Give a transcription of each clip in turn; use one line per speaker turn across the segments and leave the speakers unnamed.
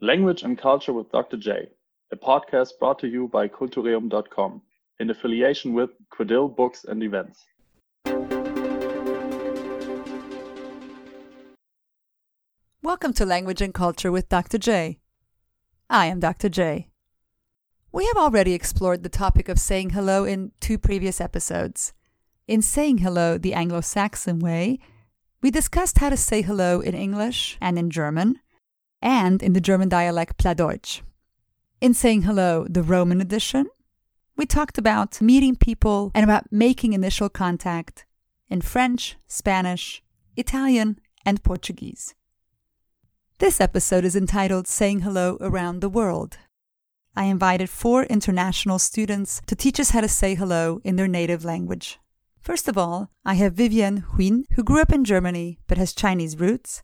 Language and Culture with Dr. J, a podcast brought to you by Cultureum.com in affiliation with Quidil Books and Events.
Welcome to Language and Culture with Dr. J. I am Dr. J. We have already explored the topic of saying hello in two previous episodes. In Saying Hello the Anglo Saxon Way, we discussed how to say hello in English and in German, and in the German dialect Plattdeutsch. In Saying Hello the Roman edition, we talked about meeting people and about making initial contact in French, Spanish, Italian, and Portuguese. This episode is entitled Saying Hello Around the World. I invited four international students to teach us how to say hello in their native language. First of all, I have Vivian Huyn, who grew up in Germany but has Chinese roots,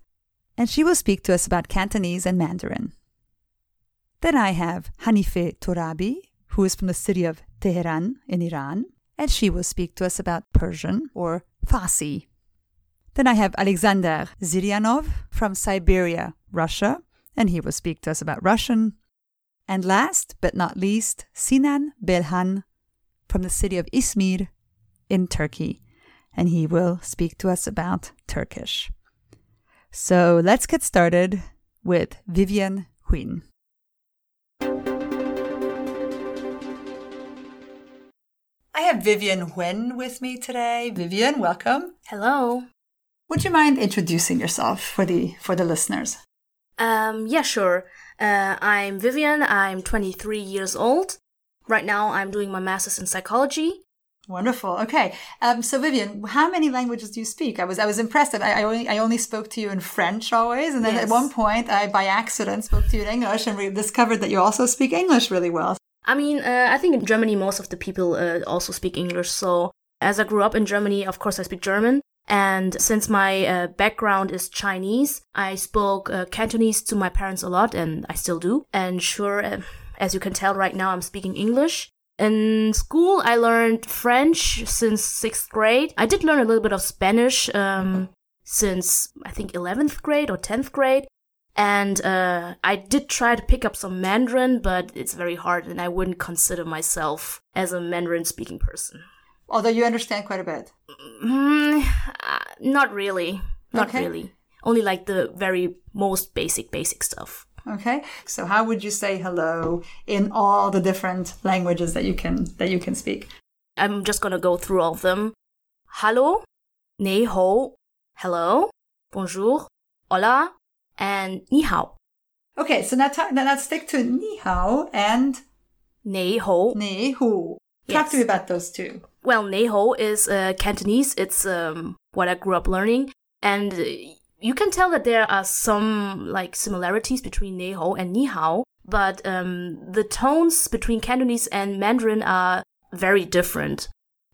and she will speak to us about Cantonese and Mandarin. Then I have Hanife Torabi, who is from the city of Tehran in Iran, and she will speak to us about Persian or Farsi. Then I have Alexander Zirianov from Siberia, Russia, and he will speak to us about Russian. And last but not least, Sinan Belhan from the city of Izmir in Turkey, and he will speak to us about Turkish. So let's get started with Vivian Huyn. I have Vivian Huyn with me today. Vivian, welcome.
Hello.
Would you mind introducing yourself for the for the listeners?
Um, yeah, sure. Uh, I'm Vivian. I'm 23 years old. Right now, I'm doing my master's in psychology.
Wonderful. Okay. Um, so Vivian, how many languages do you speak? I was I was impressed that I, I only I only spoke to you in French always, and then at
Yes.
one point I by accident spoke to you in English and we discovered that you also speak English really well.
I mean, uh, I think in Germany, most of the people uh, also speak English. So, as I grew up in Germany, of course, I speak German. And since my uh, background is Chinese, I spoke uh, Cantonese to my parents a lot, and I still do. And sure, uh, as you can tell right now, I'm speaking English. In school, I learned French since sixth grade. I did learn a little bit of Spanish um, since I think 11th grade or 10th grade. And uh, I did try to pick up some Mandarin, but it's very hard, and I wouldn't consider myself as a Mandarin speaking person.
Although you understand quite a bit.
Mm, uh, not really. Not
Okay.
really. Only like the very most basic, basic stuff.
Okay. So how would you say hello in all the different languages that you can that you can speak?
I'm just gonna go through all of them. Hello, nei hou, hello, bonjour, hola, and ni hao.
Okay, so now, ta- now let's stick to ni hao and
Nei hou.
ni hu. Talk
Oh. Yes.
to me about those two.
Well, Neho is uh, Cantonese. It's um, what I grew up learning, and uh, you can tell that there are some like similarities between Neho and Nihao, but um, the tones between Cantonese and Mandarin are very different.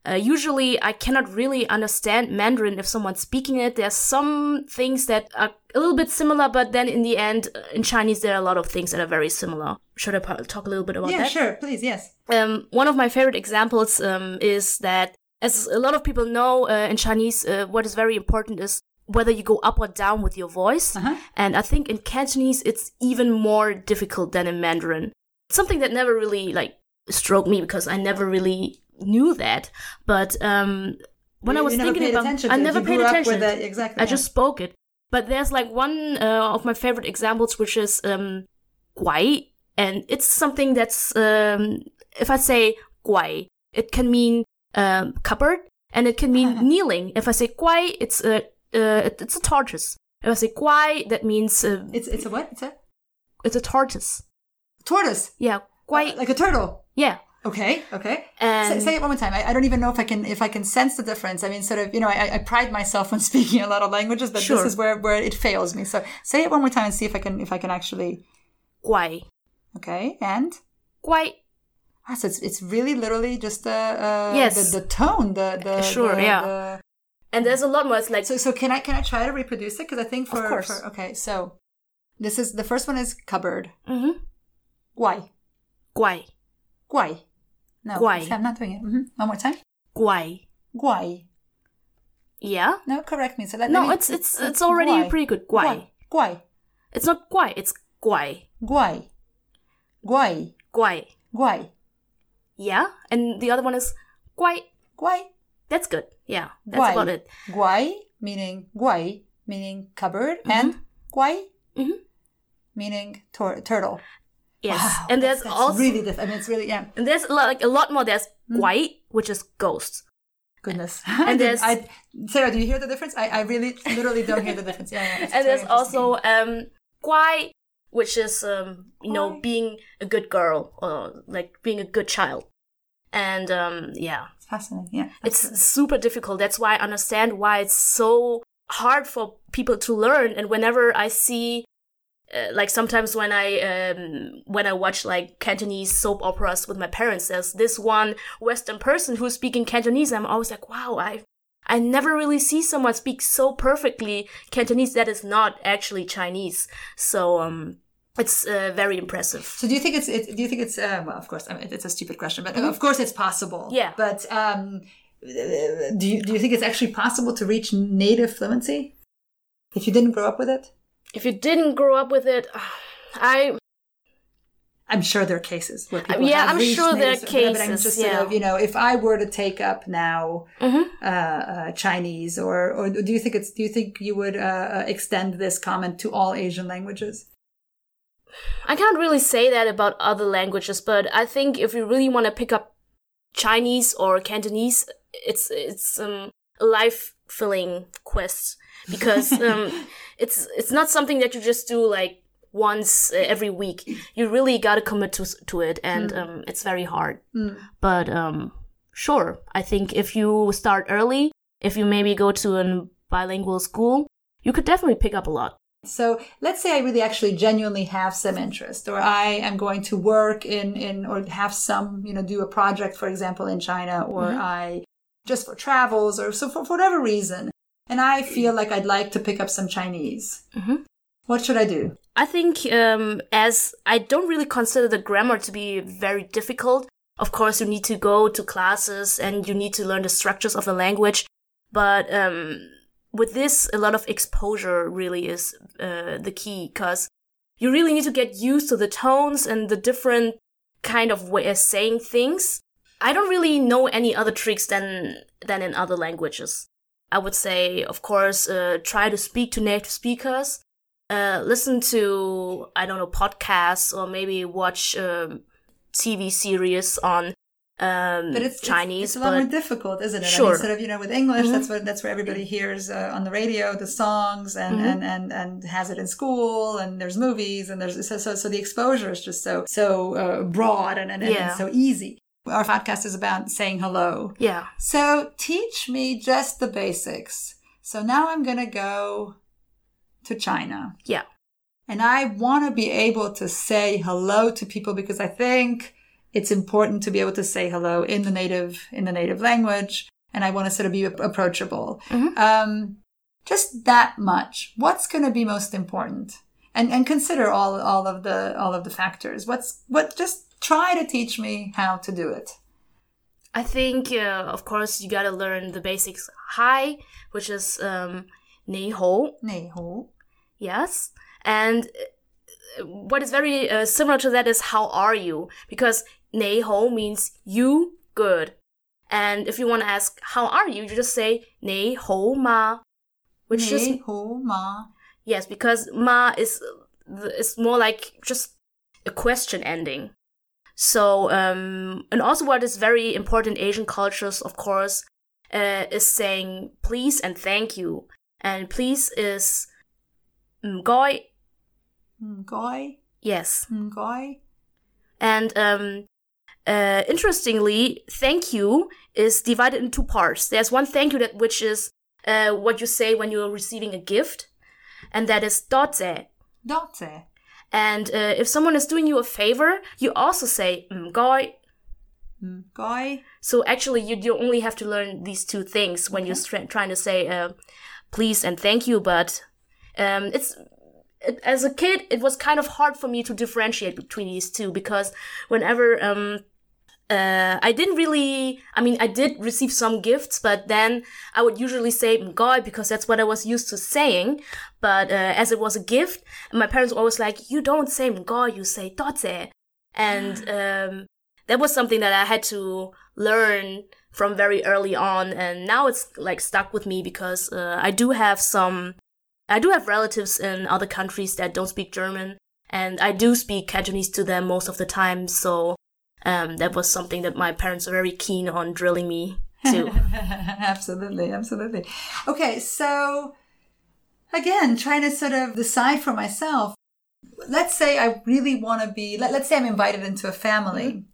Uh, usually, I cannot really understand Mandarin if someone's speaking it. There's some things that are a little bit similar, but then in the end, uh, in Chinese, there are a lot of things that are very similar. Should I pa- talk a little bit about
yeah,
that?
sure, please, yes.
um, one of my favorite examples um, is that, as a lot of people know uh, in Chinese, uh, what is very important is whether you go up or down with your voice.
Uh-huh.
And I think in Cantonese, it's even more difficult than in Mandarin. Something that never really like stroked me because I never really knew that. But um, when
You-
I was
you never
thinking
paid
about,
attention
I
to it.
never
You
paid
grew up
attention.
with the- exactly,
I
yeah.
just spoke it. But there's like one uh, of my favorite examples, which is um, guai, and it's something that's um, if I say guai, it can mean um, cupboard, and it can mean kneeling. If I say guai, it's a uh, it- it's a tortoise. If I say guai, that means uh,
It's it's a what? It's a
it's a tortoise.
tortoise.
Yeah, guai.
Uh, like a turtle.
yeah,
Okay, okay. say,
and
say it one more time. I, I don't even know if I can if I can sense the difference. I mean, sort of, you know, I, I pride myself on speaking a lot of languages, but
Sure.
this is where, where it fails me. So say it one more time and see if I can if I can actually.
guai,
Okay, and
guai.
ah, so it's it's really literally just the uh,
Yes. Uh,
the, the tone the the
Sure,
the-
yeah.
the-
And there's a lot more. It's like
so so can I can I try to reproduce it because I think
Of
for
course.
for okay so this is the first one is cupboard
mhm,
guai
guai,
guai no
Guai.
I'm not doing it hmm one more time
guai.
guai
Yeah.
no correct me so let,
No,
let me,
it's- it's- it's already pretty good. Guai.
guai guai
It's not guai. It's guai,
Guai. Guai.
guai.
Guai.
Yeah, and the other one is guai.
Guai.
That's good. Yeah, that's
Guai.
about it.
Guai meaning guai meaning cupboard
Mm-hmm.
and guai
Mhm.
meaning tor- turtle.
Yes,
Wow,
and
that's-
there's
that's
also
really Hmm. diff- I mean it's really yeah.
and there's a lot, like a lot more. There's guai, which is ghosts.
Goodness. And
there's-
I, Sarah, do you hear the difference? I, I really literally don't hear the difference. Yeah. yeah, it's very
and there's also um guai, which is um you know
Guai.
being a good girl or like being a good child. And um yeah,
interesting. fascinating. Yeah.
it's super difficult. That's why I understand why it's so hard for people to learn. And whenever I see, uh, like sometimes when I um, when I watch like Cantonese soap operas with my parents, there's this one Western person who's speaking Cantonese. I'm always like, wow, I I never really see someone speak so perfectly Cantonese that is not actually Chinese. So um, it's uh, very impressive.
So do you think it's it, do you think it's um, well of course I mean, it's a stupid question but of course it's possible
Mm-hmm. Yeah.
but um, do you do you think it's actually possible to reach native fluency if you didn't grow up with it
If you didn't grow up with it, I
I'm sure there are cases where people
Uh, yeah,
have
I'm
reached
sure there are
native fluency, but I'm
cases,
just sort
yeah. Mm-hmm.
of, you know if I were to take up now uh, uh, Chinese or or do you think it's do you think you would uh, uh, extend this comment to all Asian languages
I can't really say that about other languages, but I think if you really want to pick up Chinese or Cantonese, it's it's um, a life filling quest because um, it's it's not something that you just do like once uh, every week. You really gotta commit to s- to it, and um, it's very hard.
Hmm.
But um, sure, I think if you start early, if you maybe go to a bilingual school, you could definitely pick up a lot.
So let's say I really actually genuinely have some interest, or I am going to work in, in or have some, you know, do a project, for example, in China, or I just for travels, or so for, for whatever reason. And I feel like I'd like to pick up some Chinese.
Mhm.
What should I do?
I think um, as I don't really consider the grammar to be very difficult. Of course, you need to go to classes and you need to learn the structures of the language. But um, with this, a lot of exposure really is uh, the key because you really need to get used to the tones and the different kind of way of saying things. I don't really know any other tricks than than in other languages. I would say, of course, uh, try to speak to native speakers uh, listen to I don't know podcasts or maybe watch um, TV series on um,
But it's it's-
Chinese.
It's, a lot
but
more difficult, isn't it? I
Sure. Mm-hmm.
mean, sort of, you know, with English,
Mhm.
that's what that's where everybody hears uh, on the radio the songs and,
Mhm.
and, and and has it in school, and there's movies, and there's so so, so the exposure is just so so uh, broad and and, and
Yeah.
so easy. Our podcast is about saying hello.
yeah,
So teach me just the basics. So now I'm gonna go to China
yeah,
and I want to be able to say hello to people because I think it's important to be able to say hello in the native in the native language, and I want to sort of be ap- approachable.
Mhm.
Um, just that much. What's going to be most important? And and consider all all of the all of the factors. What's what? Just try to teach me how to do it.
I think uh, of course you gotta learn the basics. Hi, which is um, ni hou,
Nei ho.
yes, and uh, what is very uh, similar to that is how are you because nei hou means you good. And if you want to ask how are you, you just say nei hou ma, which is
Nei ho ma.
Yes, because ma is is more like just a question ending. So, um, and also what is very important in Asian cultures, of course, uh, is saying please and thank you, and please is "ngoi."
mm Ngoi.
Yes,
mm Ngoi.
and um, uh, interestingly, thank you is divided in two parts. There's one thank you that which is uh, what you say when you are receiving a gift, and that is "dotze."
Dote.
And uh, if someone is doing you a favor, you also say "Mm, "ngoi."
mm Ngoi.
So actually, you, you only have to learn these two things when you're stra- trying to say uh, "please" and "thank you." But um, it's it, as a kid, it was kind of hard for me to differentiate between these two because whenever um, uh, uh, I didn't really, I mean, I did receive some gifts, but then I would usually say "Mm, "God" because that's what I was used to saying. But uh, as it was a gift, my parents were always like, you don't say 'Mm, "God," you say "dotze," and um, that was something that I had to learn from very early on, and now it's like stuck with me because uh, I do have some, I do have relatives in other countries that don't speak German, and I do speak Cantonese to them most of the time, so um, that was something that my parents were very keen on drilling me to.
absolutely, absolutely. Okay, so again, trying to sort of decide for myself. Let's say I really want to be. Let, let's say I'm invited into a family,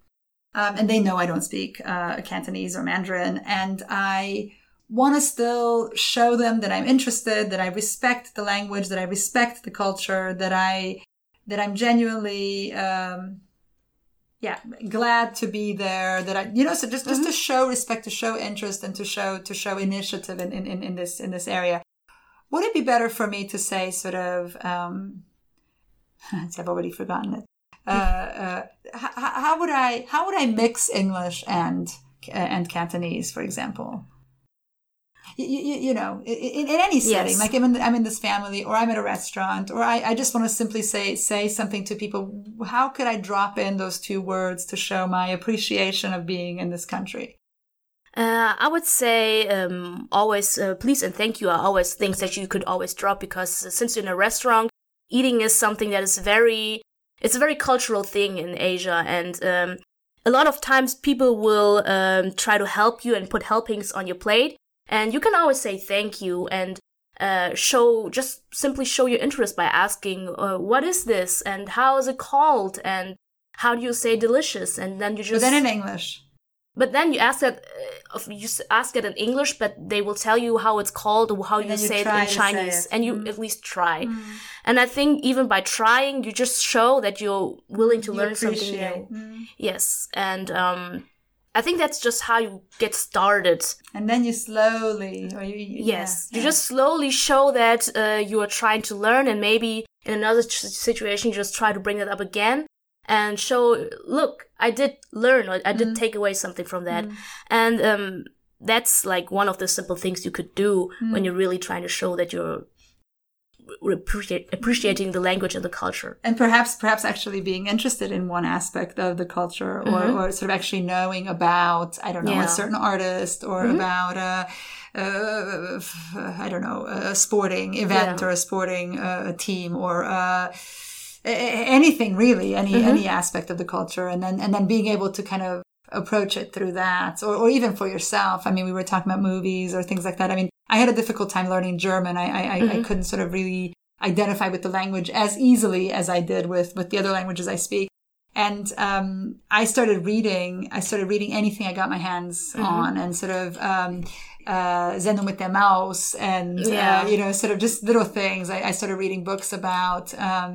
um, and they know I don't speak uh, Cantonese or Mandarin, and I want to still show them that I'm interested, that I respect the language, that I respect the culture, that I that I'm genuinely. Um, yeah glad to be there that i you know so just just to show respect to show interest and to show to show initiative in in, in, in this in this area would it be better for me to say sort of um i've already forgotten it uh, uh how, how would i how would i mix english and uh, and cantonese for example you, you, you know in, in any setting
Yes.
like I'm in, I'm in this family or i'm at a restaurant or i, I just want to simply say say something to people how could i drop in those two words to show my appreciation of being in this country
Uh, I would say um, always uh, please and thank you are always things that you could always drop because uh, since you're in a restaurant, eating is something that is very it's a very cultural thing in Asia and um, a lot of times people will um, try to help you and put helpings on your plate and you can always say thank you and uh, show just simply show your interest by asking uh, what is this and how is it called and how do you say delicious and then you
but
just
then in english
but then you ask that uh, of- you s- ask it in English, but they will tell you how it's called or how
And
you
then you
say it
try
in
to say it.
Chinese,
Mm-hmm.
and you
Mm.
at least try. And I think even by trying, you just show that you're willing to
You
learn something
appreciate.
new.
Mm.
Yes, and um, I think that's just how you get started.
and then you slowly or you you-
Yes,
yeah,
you
yeah.
just slowly show that uh, you are trying to learn, and maybe in another t- situation, you just try to bring that up again and show, look, I did learn, or I did
Mm-hmm.
take away something from that,
Mm.
and um, that's like one of the simple things you could do
Mm.
when you're really trying to show that you're re- appreciate- appreciating the language and the culture.
and perhaps perhaps actually being interested in one aspect of the culture or, or sort of actually knowing about i don't know
Mm-hmm. Yeah.
a
Mm-hmm.
certain artist or about a, uh, f- i don't know a sporting event
Yeah.
or a sporting uh, team or uh, a- a- anything really any
Mm-hmm.
any aspect of the culture and then and then being able to kind of approach it through that or, or even for yourself i mean we were talking about movies or things like that i mean i had a difficult time learning german i i, I
Mm-hmm.
I couldn't sort of really identify with the language as easily as i did with with the other languages i speak and um, I started reading. I started reading anything I got my hands on, and sort of um, uh, Zeno with the Mouse, and
Yeah.
uh, you know, sort of just little things. I, I started reading books about um,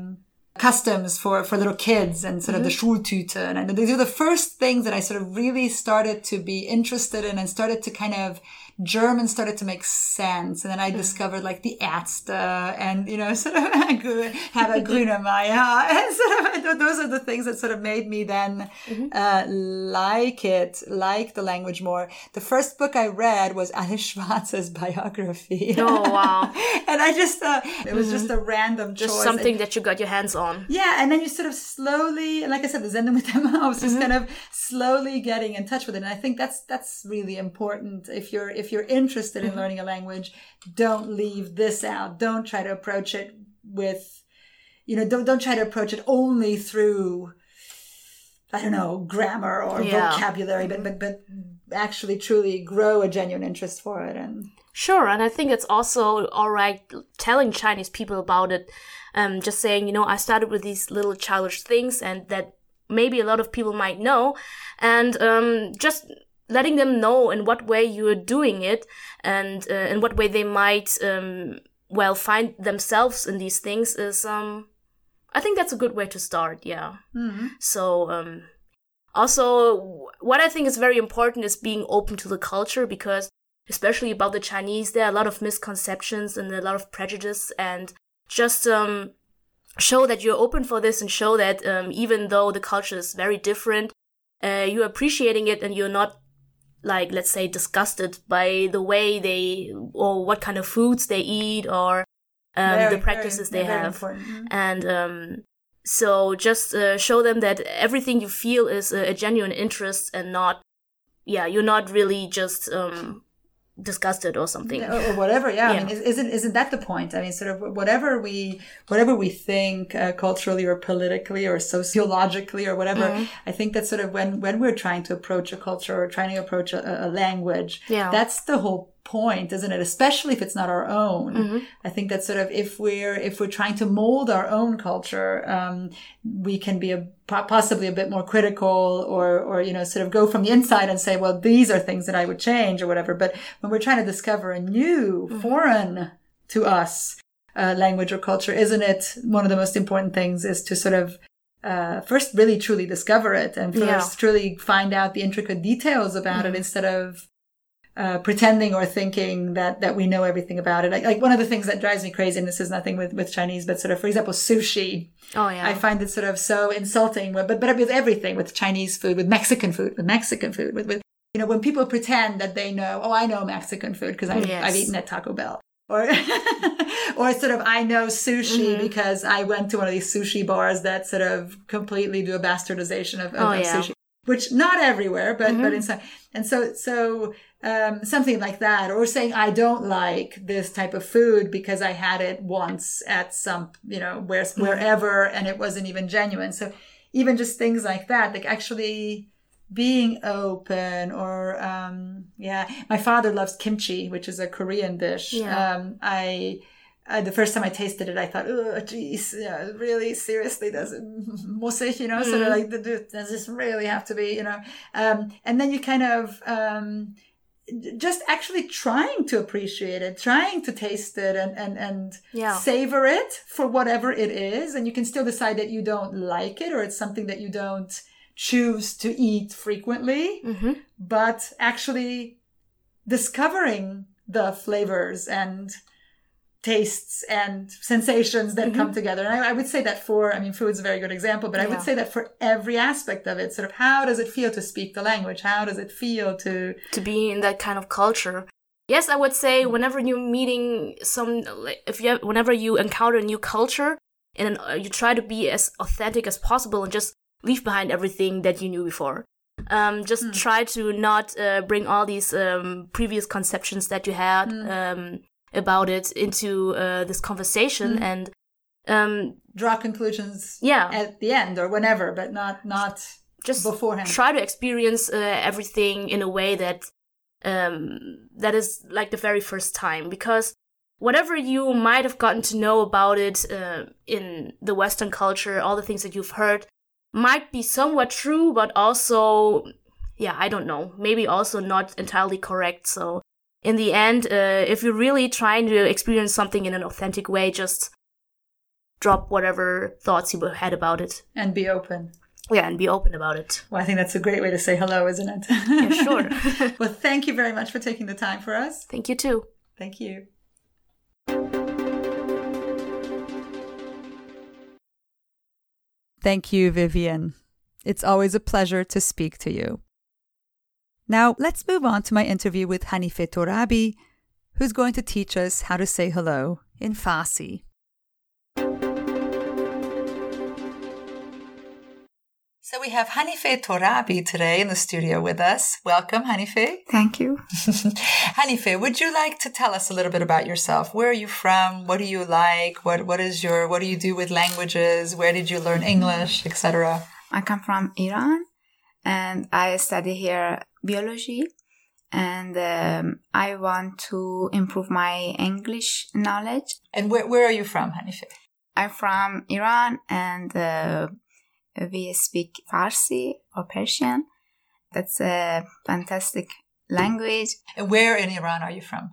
customs for for little kids, and sort of the
Mm-hmm.
Schultüte, and I, these were the first things that I sort of really started to be interested in, and started to kind of. German started to make sense, and then
Mm-hmm.
I discovered like the Ärzte and you know sort of have a Grüne Meier, and sort of th- those are the things that sort of made me then
Mm-hmm.
uh, like it, like the language more. The first book I read was Anne Schwarz's biography.
Oh, wow. Mm-hmm.
and I just uh, it was just a random
Just
choice.
something that you got your hands on.
Yeah, and then you sort of slowly, and like I said, the Zen with the mouse,
Mm-hmm.
just kind of slowly getting in touch with it. And I think that's that's really important. If you're if you're interested
Mm-hmm.
in learning a language, don't leave this out. Don't try to approach it with, you know, don't don't try to approach it only through, I don't know, grammar or
Yeah.
vocabulary, but but but actually truly grow a genuine interest for it. And
Sure, and I think it's also alright telling Chinese people about it. Um, just saying, you know, I started with these little childish things, and that maybe a lot of people might know, and um, just letting them know in what way you are doing it, and uh, in what way they might um, well find themselves in these things is, um, I think that's a good way to start. Yeah. So um, also, w- what I think is very important is being open to the culture because, especially about the Chinese, there are a lot of misconceptions and a lot of prejudice, and just um, show that you're open for this and show that um, even though the culture is very different, uh, you're appreciating it and you're not like let's say disgusted by the way they or what kind of foods they eat or um,
Very,
the practices
very,
they
very
have
important. Mhm.
and um, so just uh, show them that everything you feel is a, a genuine interest and not yeah you're not really just um, disgusted or something
Or, or whatever, yeah. I
Yeah.
mean, is- isn't isn't that the point? I mean, sort of whatever we whatever we think uh, culturally or politically or sociologically or whatever. I think that sort of when when we're trying to approach a culture or trying to approach a, a language,
Yeah.
that's the whole point, isn't it? Especially if it's not our own.
Mm-hmm.
I think that sort of if we're if we're trying to mold our own culture, um, we can be a po- possibly a bit more critical or or you know sort of go from the inside and say well these are things that i would change or whatever but when we're trying to discover a new
Mm-hmm.
foreign to us uh, language or culture isn't it one of the most important things is to sort of uh, first really truly discover it and first
Yeah.
truly find out the intricate details about
Mm-hmm.
it instead of uh, pretending or thinking that that we know everything about it like, like one of the things that drives me crazy and this is nothing with with chinese but sort of for example sushi
oh yeah
I find it sort of so insulting, but but but with everything, with Chinese food, with Mexican food, with Mexican food, with, with you know when people pretend that they know, oh, I know Mexican food because I've,
Yes.
I've eaten at Taco Bell, or or sort of I know sushi
Mm-hmm.
because I went to one of these sushi bars that sort of completely do a bastardization of, of,
Oh,
of
yeah.
sushi, which not everywhere, but but in some, and so so um, something like that, or saying I don't like this type of food because I had it once at some, you know, where wherever, and it wasn't even genuine. So even just things like that, like actually being open or um yeah my father loves kimchi which is a korean dish
Yeah.
um i uh, the first time I tasted it, I thought, oh, geez, yeah, really, seriously, does it, musik, you know, sort of like, does this really have to be, you know? Um, and then you kind of, um, just actually trying to appreciate it, trying to taste it and, and, and
Yeah.
savor it for whatever it is. And you can still decide that you don't like it or it's something that you don't choose to eat frequently,
Mhm.
but actually discovering the flavors and tastes and sensations that come together. And I, I would say that for, I mean, food's a very good example, but I
Mm-hmm. Yeah.
would say that for every aspect of it, sort of how does it feel to speak the language? How does it feel to,
to be in that kind of culture. Yes, I would say whenever you're meeting some, like, if you whenever you encounter a new culture, and uh, you try to be as authentic as possible and just leave behind everything that you knew before. Um, just try to not uh, bring all these um, previous conceptions that you had um, about it into uh, this conversation and um,
draw conclusions
Yeah.
at the end or whenever, but not not
just
beforehand.
try to experience uh, everything in a way that um, that is like the very first time because whatever you might have gotten to know about it uh, in the western culture all the things that you've heard might be somewhat true but also yeah i don't know maybe also not entirely correct so in the end uh, if you're really trying to experience something in an authentic way just drop whatever thoughts you had about it
and be open.
yeah and be open about it
Well, I think that's a great way to say hello, isn't it?
sure.
well, thank you very much for taking the time for us.
Thank you too.
Thank you.
Thank you, Vivian. It's always a pleasure to speak to you. Now, let's move on to my interview with Hanife Torabi, who's going to teach us how to say hello in Farsi.
So we have Hanife Torabi today in the studio with us. Welcome, Hanife.
Thank you.
Hanife, would you like to tell us a little bit about yourself? Where are you from? What do you like? What what is your what do you do with languages? Where did you learn English, etc.?
I come from Iran and I study here biology and um, I want to improve my English knowledge.
And where where are you from, Hanife?
I'm from Iran and uh, we speak Farsi or Persian. That's a fantastic language.
And where in Iran are you from?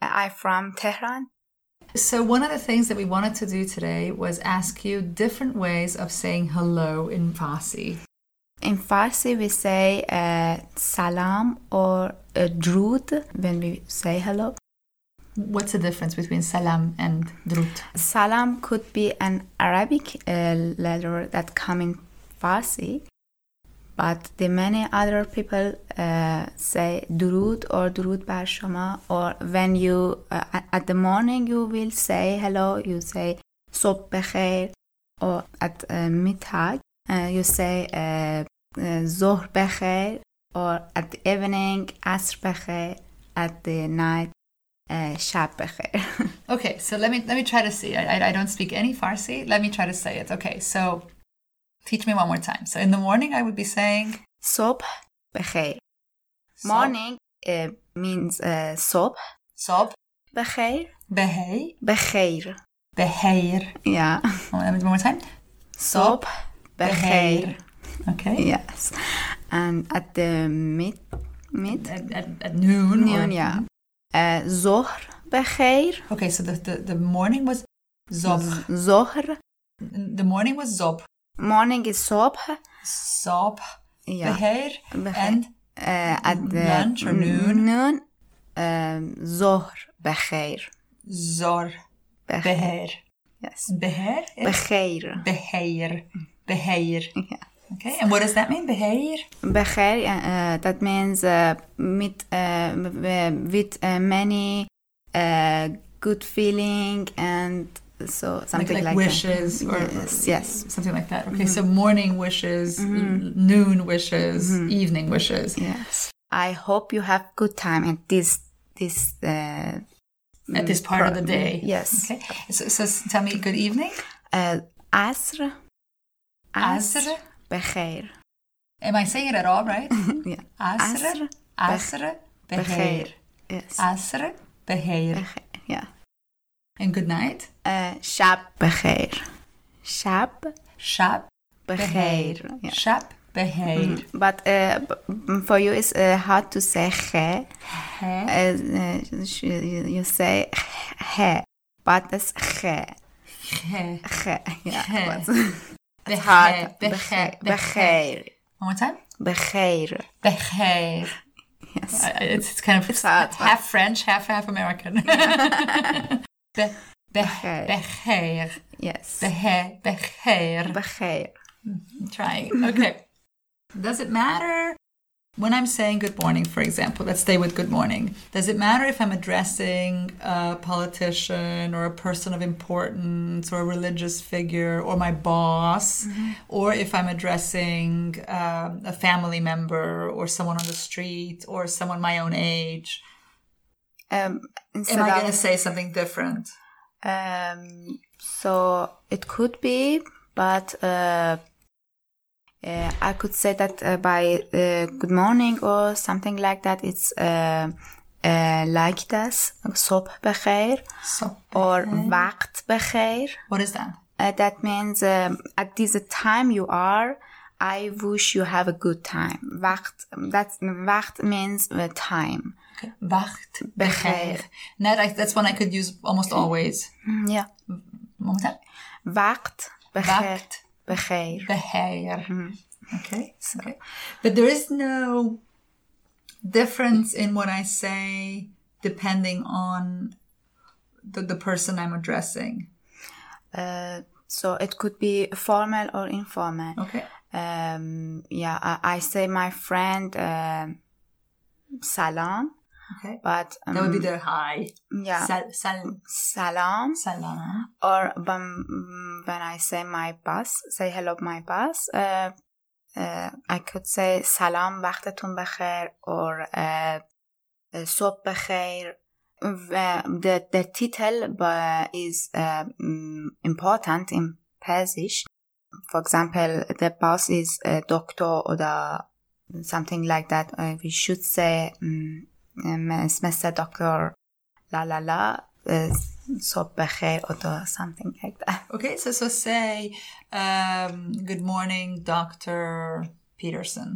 I'm from Tehran.
So, one of the things that we wanted to do today was ask you different ways of saying hello in Farsi.
In Farsi, we say uh, salam or uh, drood when we say hello.
What's the difference between salam and drut?
Salam could be an Arabic uh, letter that come in Farsi, but the many other people uh, say durud or durud bar shama or when you uh, at the morning you will say hello you say صبح بخیر or at uh, middag uh, you say ظهر uh, بخیر or at the evening عصر بخیر at the night uh, شب بخیر
okay so let me let me try to see I, I don't speak any Farsi let me try to say it okay so Teach me one more time. So in the morning, I would be saying
صبح بخیر. Morning uh, means uh, صبح.
صبح
بخیر.
بهی.
بخیر.
بهیر.
Yeah.
Let me do Oh, one more time.
صبح بخیر.
Okay.
Yes. And at the mid mid
at, at, at noon.
Noon. yeah. Uh, ظهر بخیر.
Okay. So the the, the morning was زبر.
ظهر.
The morning was zob.
Morning is صبح.
صبح.
Yeah.
بخير. And
بخير. Uh, at the
Lunch or noon.
noon um, ظهر بخیر.
زور.
بخیر.
بهير.
Yes.
Beher. is
بخیر.
Beheir. Beheir.
Yeah.
Okay. And what does that mean? Beheir.
Becher, uh, that means uh, mit, uh, with uh, many uh, good feeling and so something like,
wishes
that.
or
yes, yes, Mm-hmm.
something like that. Okay. So morning wishes, noon wishes,
Mm-hmm.
evening wishes.
yes. I hope you have good time at this this uh,
At this part of the day.
Yes.
Okay. So, so s- tell me good evening.
Uh, asr,
Asr.
becher.
Am I saying it at all right?
yeah.
Asr. Asr.
Asr,
Beheir.
Yes.
Asr. Beheir.
Becher. Yeah.
And good night.
Uh, shab becher. Shab
Shab.
becher. Yeah.
Shab. Beheir.
But uh, b- for you, it's uh, hard to say he.
He.
As, uh, sh- you you say he, but it's he.
He.
He.
He.
Yeah.
Behe- behe- behe-
Becher.
One more time.
Becher.
Becher.
Yes.
I- I- Uh, It's, it's kind of
It's hard, but-
half French, half half American. Be-
Becher.
be- Becher.
Yes.
Behe- Becher.
Becher.
I'm trying. Okay. Does it matter when I'm saying good morning, for example? Let's stay with good morning. Does it matter if I'm addressing a politician or a person of importance or a religious figure or my boss, or if I'm addressing um, a family member or someone on the street or someone my own age?
Um, instead
Am I
of-
going to say something different?
Um, so it could be, but uh, uh, I could say that uh, by uh, good morning or something like that. It's uh, uh, like this, صبح بخیر
So,
or وقت بخیر.
what is that?
Uh, that means um, at this time you are. I wish you have a good time. Wacht, that's wacht means uh, time.
Wacht
Becher.
Now that- that's one I could use almost always.
Mm, Yeah.
One more time.
Wacht بخیر.
Wacht
بخیر.
behair.
Mm-hmm.
Okay, sorry. But there is no difference in what I say depending on the, the person I'm addressing.
Uh, so it could be formal or informal.
Okay.
Um, yeah, I, I say my friend um salam,
Okay.
but um,
That would be the hi.
yeah
Sal, sal,
salam.
salam.
Or when, when I say my boss, say hello my boss. Uh, uh, I could say salam وقتتون بخیر or uh, uh, صبح بخیر. Uh, The the title uh, is uh, mm, important in Persisch. For example, the boss is uh, doctor or the something like that. Uh, we should say mm, um, Mr. Doctor la la la uh, صبح بخیر or the- something like that.
Okay, so so say um, good morning, Doctor Peterson.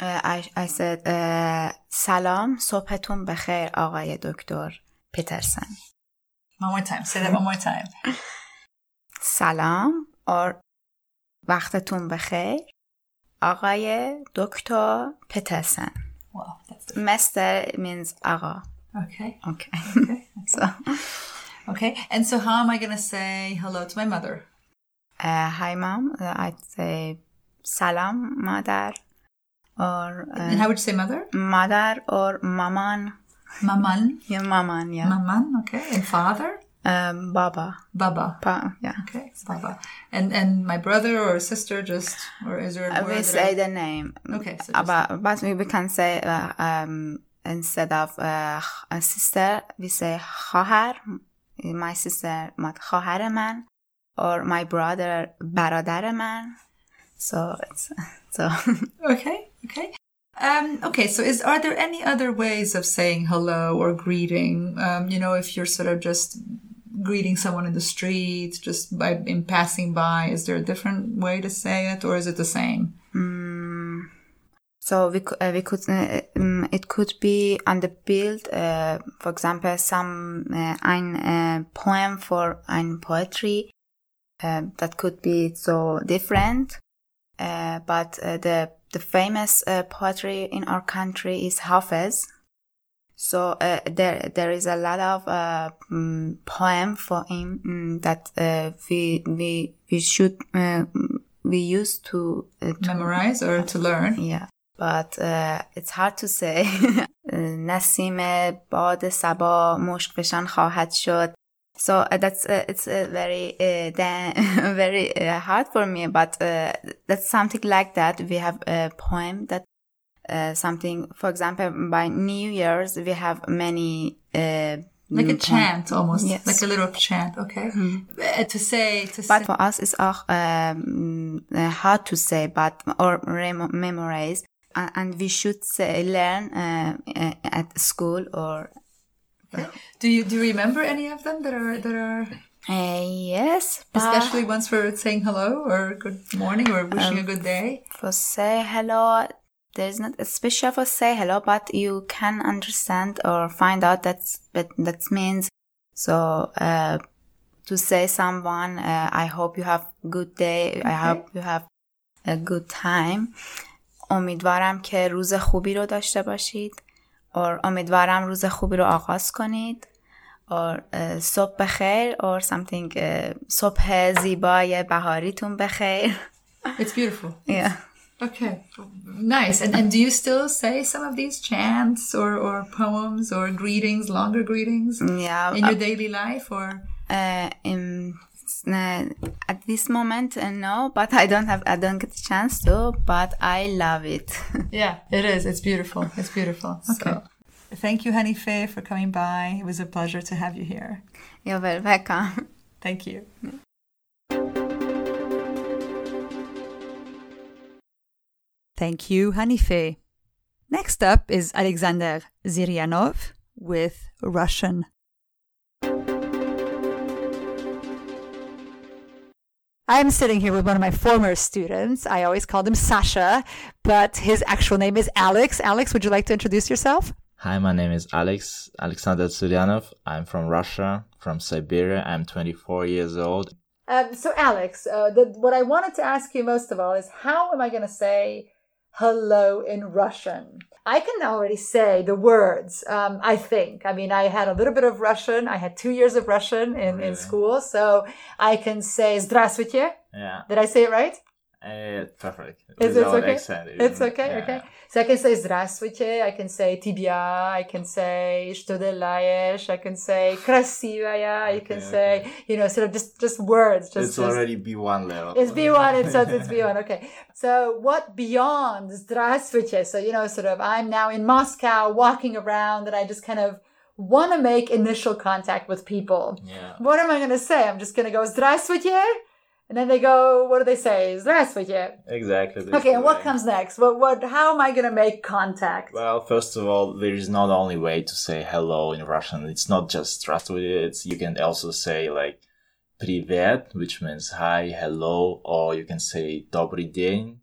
Uh, I, I said uh, سلام صبحتون بخیر آقای دکتر پیترسن.
One more time. Say that one more time.
سلام اور وقتتون بخیر آقای دکتر پترسن
Wow, that's the
مستر means آقا
okay.
okay.
Okay.
so,
Okay. And so how am I gonna say hello to my mother?
uh, hi mom Uh, I'd say salam mother or
and
uh,
how would you say mother?
mother or maman.
Maman.
Yeah, maman. Yeah,
Maman, okay. And father?
um, baba.
Baba.
Pa- yeah.
Okay, it's Baba. And and my brother or sister just or is there a
Uh,
word
we
that
say
I-
the name.
Okay, so just-
But, but we we can say uh, um, instead of uh, a sister, we say خواهر. My sister, my خواهر من, or my brother, برادر من. So it's so.
Okay, okay. Um, okay, so is are there any other ways of saying hello or greeting? Um, you know, if you're sort of just greeting someone in the street, just by in passing by, is there a different way to say it, or is it the same?
Mm, so we, cou- uh, we could uh, um, it could be on the build uh, for example some uh, ein uh, poem for ein poetry uh, that could be so different uh, but uh, the the famous uh, poetry in our country is Hafez so uh, there there is a lot of uh, mm, poem for him mm, that uh, we we we should uh, we used to, uh, to
Memorize or to learn?
yeah, but uh, it's hard to say. Uh, نسیم باد سبا مشک فشان خواهد شد. So uh, that's uh, it's uh, very uh, da- very uh, hard for me, but uh, that's something like that. We have a poem that uh, something, for example, by New Year's we have many uh,
Like a
poem.
chant, almost
Yes. Mm-hmm.
like a little chant. Okay, Uh, to say to
But
say.
for us, it's auch, um, uh, hard to say, but or rem- memorize, and, and we should say, learn uh, uh, at school or.
Do you do you remember any of them that are that are
Uh, yes, but
especially ones for saying hello or good morning or wishing a good day?
for say hello. There's not a special for say hello, but you can understand or find out that's that that means. So uh, to say someone, uh, I hope you have good day. I hope you have a good time. امیدوارم که روز خوبی رو داشته باشید or امیدوارم روز خوبی رو آغاز کنید or uh, صبح بخیر or something uh, صبح زیبای بهاریتون بخیر
It's beautiful.
yeah.
Okay, nice. And and do you still say some of these chants or or poems or greetings, longer greetings
Yeah,
in your daily life? Or
uh, um, s- uh, at this moment uh, no but i don't have i don't get the chance to but i love it
yeah, it is. It's beautiful. It's beautiful. Okay. Thank you, Hanife, for coming by. It was a pleasure to have you here.
you're very welcome
Thank you.
Thank you, Hanife. Next up is Alexander Zirianov with Russian. I'm sitting here with one of my former students. I always called him Sasha, but his actual name is Alex. Alex, would you like to introduce yourself?
Hi, my name is Alex Alexander Tsurianov. I'm from Russia, from Siberia. I'm 24 years old.
Um, so, Alex, uh, the, what I wanted to ask you most of all is how am I going to say hello in Russian? I can already say the words, um, I think. I mean, I had a little bit of Russian. I had two years of Russian in, in
Really?
school, so I can say здравствуйте.
Yeah,
Did I say it right?
uh, perfect.
Is it
Without
okay?
accent, it
It's
isn't-
okay,
yeah,
okay. So I can say здравствуйте, I can say тебя, I can say что делаешь, I can say красивая, I can
Okay,
say, you know, sort of just just words.
yeah.
Just,
it's
just-
already B1 level.
It's B1, it says it's B1, okay. So what beyond здравствуйте? So, you know, sort of I'm now in Moscow walking around and I just kind of want to make initial contact with people.
Yeah.
What am I going to say? I'm just going to go здравствуйте and then they go, what do they say? Здравствуйте.
Exactly. this
Okay, and what
way.
comes next? What what how am I gonna make contact?
Well, first of all, there is not only way to say hello in Russian. It's not just здравствуйте. It's you can also say like привет, which means hi, hello, or you can say добрый день.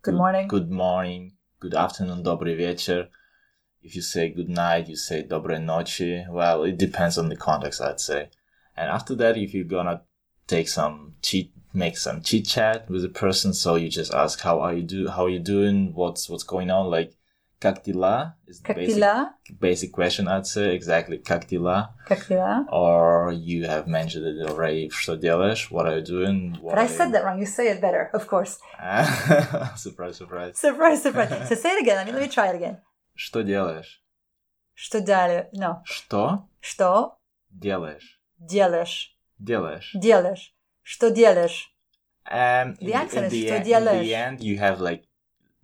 Good morning.
Good morning. Good afternoon. Добрый вечер. If you say good night, you say доброй ночи. Well, it depends on the context, I'd say. And after that, if you're gonna take some cheat, make some chit chat with the person, so you just ask how are you do, how are you doing, what's what's going on, like как дела is the
Как
basic,
дела?
basic question I'd say. Exactly, как дела?
Как дела?
Or you have mentioned it already. Что делаешь? What are you doing? What
But I
are
said
you-
that wrong. You say it better, of course.
surprise, surprise.
Surprise, surprise. So say it again. I mean, let me try it again.
Что делаешь?
Что далее? No.
Что
Что
делаешь?
делаешь?
Делаешь.
Делаешь. Что делаешь?
Um,
The accent is Эм,
the,
что
en- In
делаешь.
the end, you have like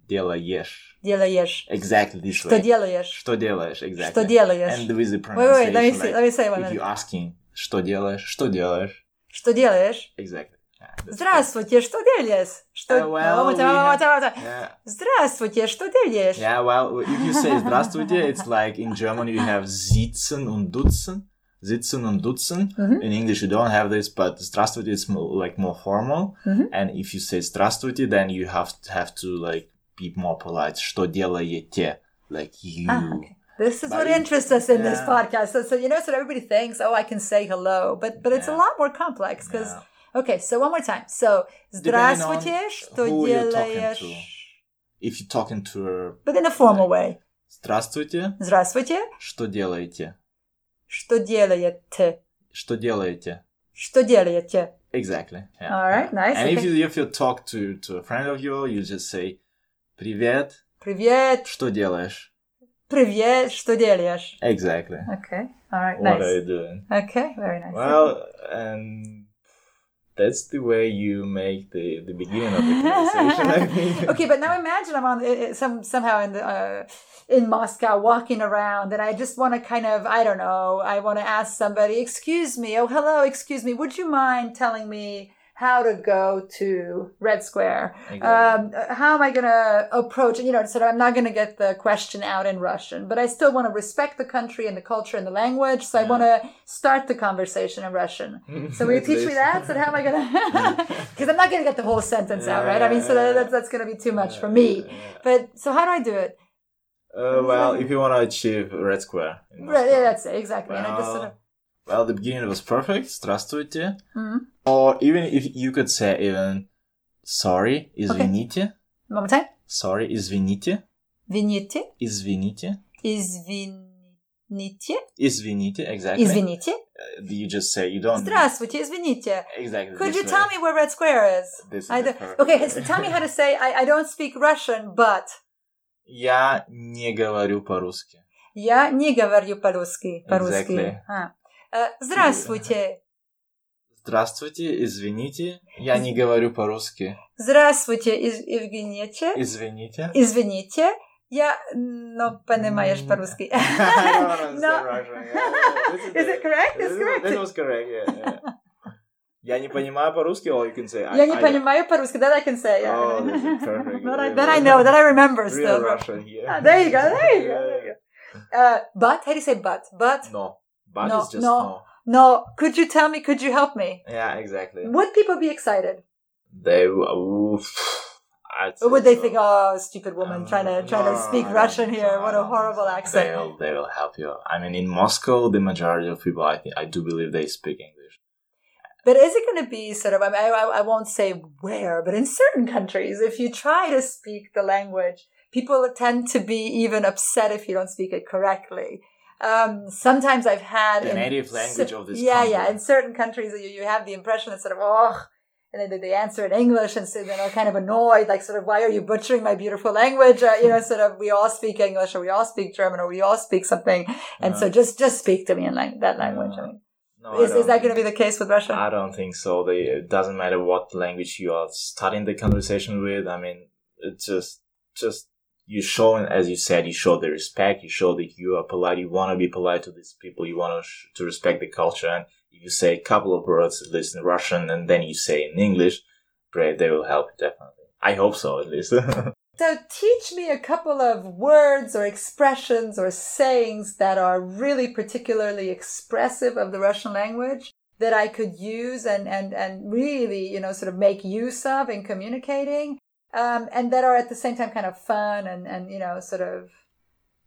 делаешь.
Делаешь.
Exactly this
Что
way.
делаешь?
Что делаешь? Exactly.
Что делаешь?
And with the
Wait, wait,
pronunciation,
let me see.
like,
Let me say one
if you
minute.
asking что делаешь, что делаешь,
Что делаешь?
exactly. Yeah, that's
Здравствуйте, что делаешь? Что...
Uh, well,
Мамута,
we
мамута, мамута.
good. Yeah.
Здравствуйте, что делаешь?
Yeah, well, if you say здравствуйте, it's like in German you have sitzen und dutzen. Sitzen und dutzen.
Mhm.
In English you don't have this, but здравствуйте is more, like more formal.
Mhm.
And if you say здравствуйте, then you have to, have to like be more polite. Что делаете? Like you.
Ah, okay. This is
But
what
it-
interests us in this
yeah.
podcast. So, so you know, so everybody thinks, oh, I can say hello, but but it's a
Yeah.
lot more complex because
Yeah.
okay. So one more time. So
Depending on
здравствуйте, что
who you're talking to.
делаешь?
If you're talking to her,
But in a formal way.
здравствуйте,
Здравствуйте,
что делаете?
что делаете?
Что делаете?
Что делаете?
Exactly. yeah.
All right, nice.
And if
okay.
you if you talk to to a friend of yours, you just say, "Привет,
Привет,
что делаешь?"
привет, что делаешь?
Exactly.
Okay, all right,
What are
nice.
you doing?
Okay, very nice.
Well, and that's the way you make the the beginning of the conversation. I think.
okay, but now imagine I'm on uh, uh, some somehow in the, uh, in Moscow walking around, and I just want to kind of I don't know. I want to ask somebody, excuse me, oh hello, excuse me, would you mind telling me how to go to Red Square?
Exactly.
Um, uh, how am I going to approach? You know, so I'm not going to get the question out in Russian, but I still want to respect the country and the culture and the language, so I
Yeah.
want to start the conversation in Russian. So will you
At
teach me
least.
that? So how am I gonna? Because I'm not gonna get the whole sentence out, right? I mean, so that, that's that's gonna be too much for me. But so how do I do it?
Uh, well, if you want to achieve Red Square. in
Right, yeah,
Moscow.
that's it exactly. and I just sort of
Well, well, the beginning was perfect. Здравствуйте.
Mhm.
Or even if you could say even, sorry, извините.
one more time.
Sorry, извините.
Vignite,
Извините.
извините,
Извините, exactly.
извините.
Uh, You just say you don't.
Здравствуйте, извините.
Exactly.
Could
this
you
way.
tell me where Red Square is?
This is
I
the
don't,
perfect
okay,
way.
so tell me how to say I, I don't speak Russian, but
Я не говорю по-русски.
я не говорю по-русски. По-русски.
Exactly.
А. Э, Здравствуйте.
Здравствуйте, извините. Я не говорю по-русски.
Здравствуйте, из- Евгения.
Извините.
Извините, я но понимаешь по-русски.
I don't understand
No.
Russian. Yeah, this
Is
the-
it correct? It's
this is-
correct.
This was correct, yeah, yeah. Я не понимаю по-русски, or you can say... I-
Я не
I-
понимаю по-русски. That I can say. yeah.
Oh, this is perfect.
But I,
Yeah,
that I
yeah.
know. That I remember
Real
still.
Russian, yeah.
Ah, there you go. There you go.
Yeah,
There you
yeah.
go. Uh, but how do you say but? But
No. But
No,
it's just
no.
no.
no. Could you tell me? Could you help me?
Yeah, exactly.
Would people be excited,
They oof, I'd
or
say
would they
so.
think, "Oh, stupid woman
Um,
trying to trying
no,
to speak
I don't
Russian
think so.
here?
I
What a
don't think
horrible
so.
accent!"
They'll they will help you. I mean, in Moscow, the majority of people, I think, I do believe they speak English.
But is it going to be sort of, I, mean, I, I- I won't say where, but in certain countries, if you try to speak the language, people tend to be even upset if you don't speak it correctly. Um, sometimes I've had
The
in
native language of this
Yeah, yeah.
country.
In certain countries, you, you have the impression it's sort of, oh, and then they- they answer in English, and so then are kind of annoyed, like sort of, why are you butchering my beautiful language? Uh, you know, sort of, we all speak English, or we all speak German, or we all speak something, and so
Uh,
just just speak to me in lang- that language. I mean,
no, Uh-huh. Oh, I
is, is
don't
that going to be
think-
the case with Russia?
I don't think so. They, it doesn't matter what language you are starting the conversation with. I mean, it's just just you show, as you said, you show the respect. You show that you are polite. You want to be polite to these people. You want to sh- to respect the culture. And if you say a couple of words, at least in Russian, and then you say in English, great, they will help you definitely. I hope so, at least.
So teach me a couple of words or expressions or sayings that are really particularly expressive of the Russian language that I could use and, and, and really, you know, sort of make use of in communicating. Um, and that are at the same time kind of fun and, and you know, sort of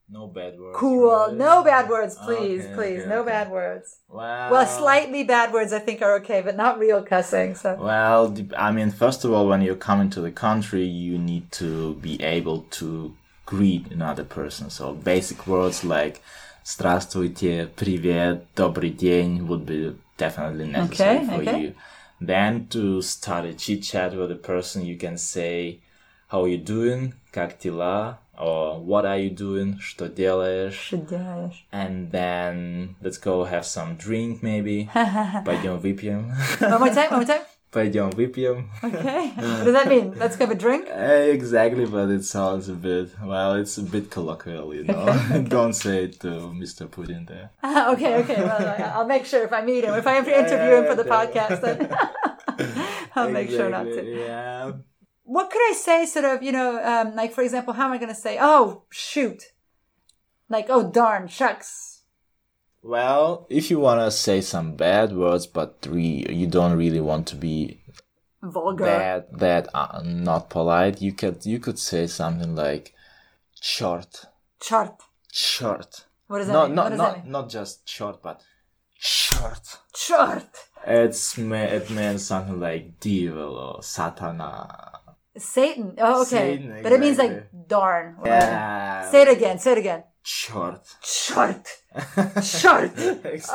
no bad words.
cool.
right?
No bad words, please,
Okay,
please.
okay,
no
okay. Uh,
bad words.
Wow.
Well, slightly bad words I think are okay, but not real cussing. So.
Well, dep- I mean, first of all, when you come into the country, you need to be able to greet another person. So basic words like здравствуйте, привет, добрый день would be definitely necessary
Okay,
for
okay.
you. Then to start a chit chat with the person, you can say how are you doing, как дела, or what are you doing, что делаешь. And then let's go have some drink maybe. Пойдем выпьем.
One more time, one more time.
Пойдем выпьем.
Okay. What does that mean? Let's have a drink.
Exactly, but it sounds a bit well. It's a bit colloquial, you know. Don't say it to Mr. Putin there.
okay, okay. Well, I- I'll make sure if I meet him, if I interview him for the podcast, then I'll make sure not to.
Exactly, Yeah.
What could I say, sort of, you know, um, like for example, how am I going to say, oh, shoot? Like, oh, darn, shucks.
Well, if you wanna say some bad words, but three, you don't really want to be
Vulgar.
that that uh, not polite. You could you could say something like, "Short,
Chart.
short."
What does that
No,
mean?
not
what does
not
that mean?
not just short, but short.
Chart.
It's me- it meant something like devil or
Oh.
satana.
Satan. Oh, okay.
Satan,
But it means like
exactly.
darn. or-
Yeah.
Say it again. Say it again.
Short.
Chart. Chart.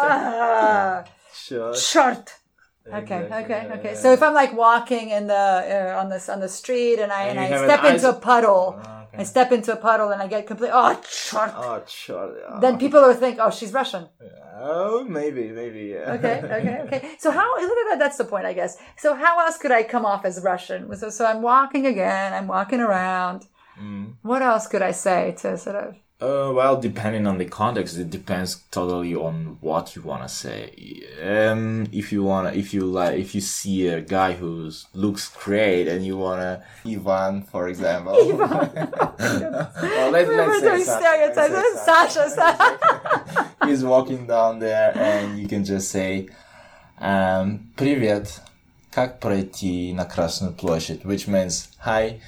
Ah,
Short.
chart. Okay, okay, okay. So if I'm like walking in the uh, on this on the street and I and,
And you
I
have
step
an
into
ice-
a puddle, I
Okay.
step into a puddle and I get complete oh chart.
Oh, short. Oh.
Then people will think, oh, she's Russian.
Oh, maybe, maybe. Yeah.
Okay, okay, okay. So how that- that's the point, I guess. So how else could I come off as Russian? So so I'm walking again. I'm walking around.
Mm.
What else could I say to sort of?
Uh, well, depending on the context, it depends totally on what you wanna say. Um, if you wanna, if you like, if you see a guy who looks great and you wanna Ivan, for example. Ivan. well, let,
We're
let's say
doing
Sasha,
stereotypes.
let's say
Sasha, Sasha.
He's walking down there, and you can just say, um, "Привет, как пройти на Красную площадь?" Which means, "Hi,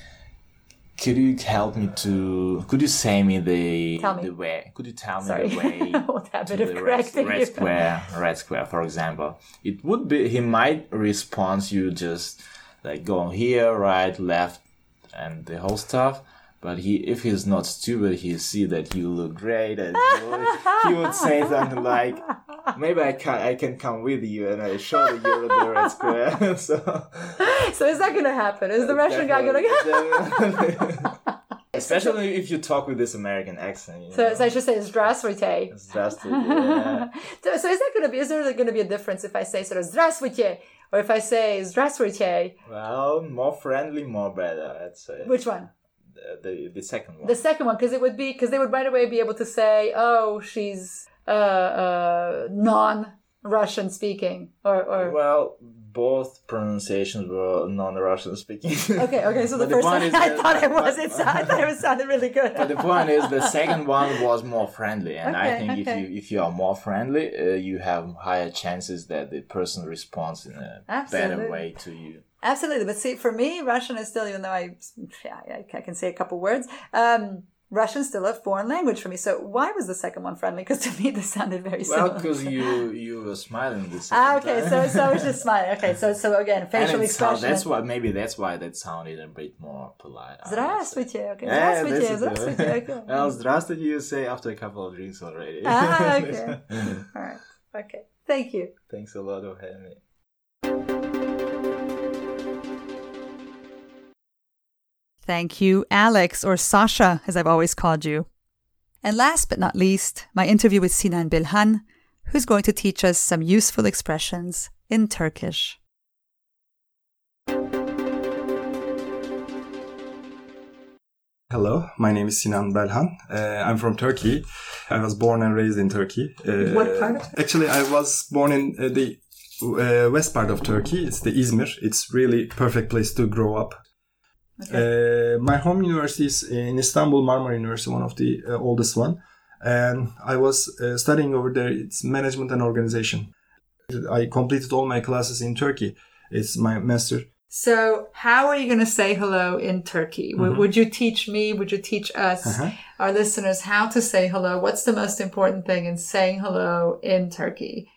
could you help me to? Could you say me the
Tell me.
the way? Could you tell me
Sorry,
the way?"
old
to
habit of
the red,
correcting
red
you.
square, red square, for example, it would be he might respond you just like go here, right, left, and the whole stuff. But he, if he's not stupid, he see that you look great, and he would, he would say something like, "Maybe I can I can come with you, and I show that you're at the red square." so
So is that going to happen? Is the Russian guy going to?
Definitely. Especially if you talk with this American accent. You
So,
know?
so I should say "Здравствуйте."
That's the- yeah.
So, so is that going to be? Is there going to be a difference if I say sort of "Здравствуйте" or if I say "Здравствуйте"?
Well, more friendly, more better, I'd say.
Which one?
The, the, the second one.
The second one, because it would be because they would right away be able to say, "Oh, she's uh, uh, non-Russian speaking," or or
Well, both pronunciations were non-Russian speaking.
okay, okay. So the
But
first one,
point is
I
that-
thought it
but-
was. It, I thought it was sounded really good.
But the point is, the second one was more friendly, and I
Okay,
think
okay.
if you if you are more friendly, uh, you have higher chances that the person responds in a
Absolutely.
better way to you.
Absolutely, but see, for me, Russian is still, even though I, I, I can say a couple words, um, Russian's still a foreign language for me. So why was the second one friendly? Because to me, this sounded very
Well,
similar.
because you you were smiling this.
ah, okay, so so I was just smiling. Okay, so so again, facial
and it sound-
expression.
that's why maybe that's why that sounded a bit more polite. I would say.
Здравствуйте. Okay.
Yeah, this
Здравствуйте.
is the-
Здравствуйте. Okay.
well, здравствуйте, you say after a couple of drinks already.
Ah, okay. All right. Okay. Thank you.
Thanks a lot for having me.
Thank you, Alex, or Sasha, as I've always called you. And last but not least, my interview with Sinan Bilhan, who's going to teach us some useful expressions in Turkish.
Hello, my name is Sinan Belhan. Uh, I'm from Turkey. I was born and raised in Turkey. Uh,
What part of-
Actually, I was born in uh, the uh, west part of Turkey. It's the Izmir. It's really perfect place to grow up. Uh, my home university is in Istanbul Marmara University, one of the uh, oldest one. And I was uh, studying over there. It's management and organization. I completed all my classes in Turkey. It's my master.
So, how are you going to say hello in Turkey? W Would you teach me? Would you teach us,
Mm-hmm. Uh-huh.
our listeners, how to say hello? What's the most important thing in saying hello in Turkey?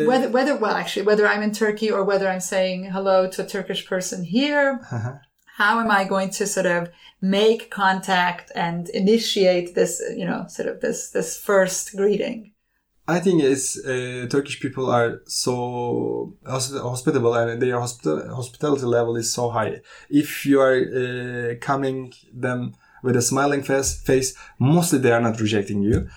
Uh,
Whether, whether, well, actually, whether I'm in Turkey or whether I'm saying hello to a Turkish person here,
Uh-huh.
how am I going to sort of make contact and initiate this, you know, sort of this this first greeting?
I think it's uh, Turkish people are so hosp- hospitable and their hosp- hospitality level is so high. If you are uh, coming them with a smiling face, face, mostly they are not rejecting you.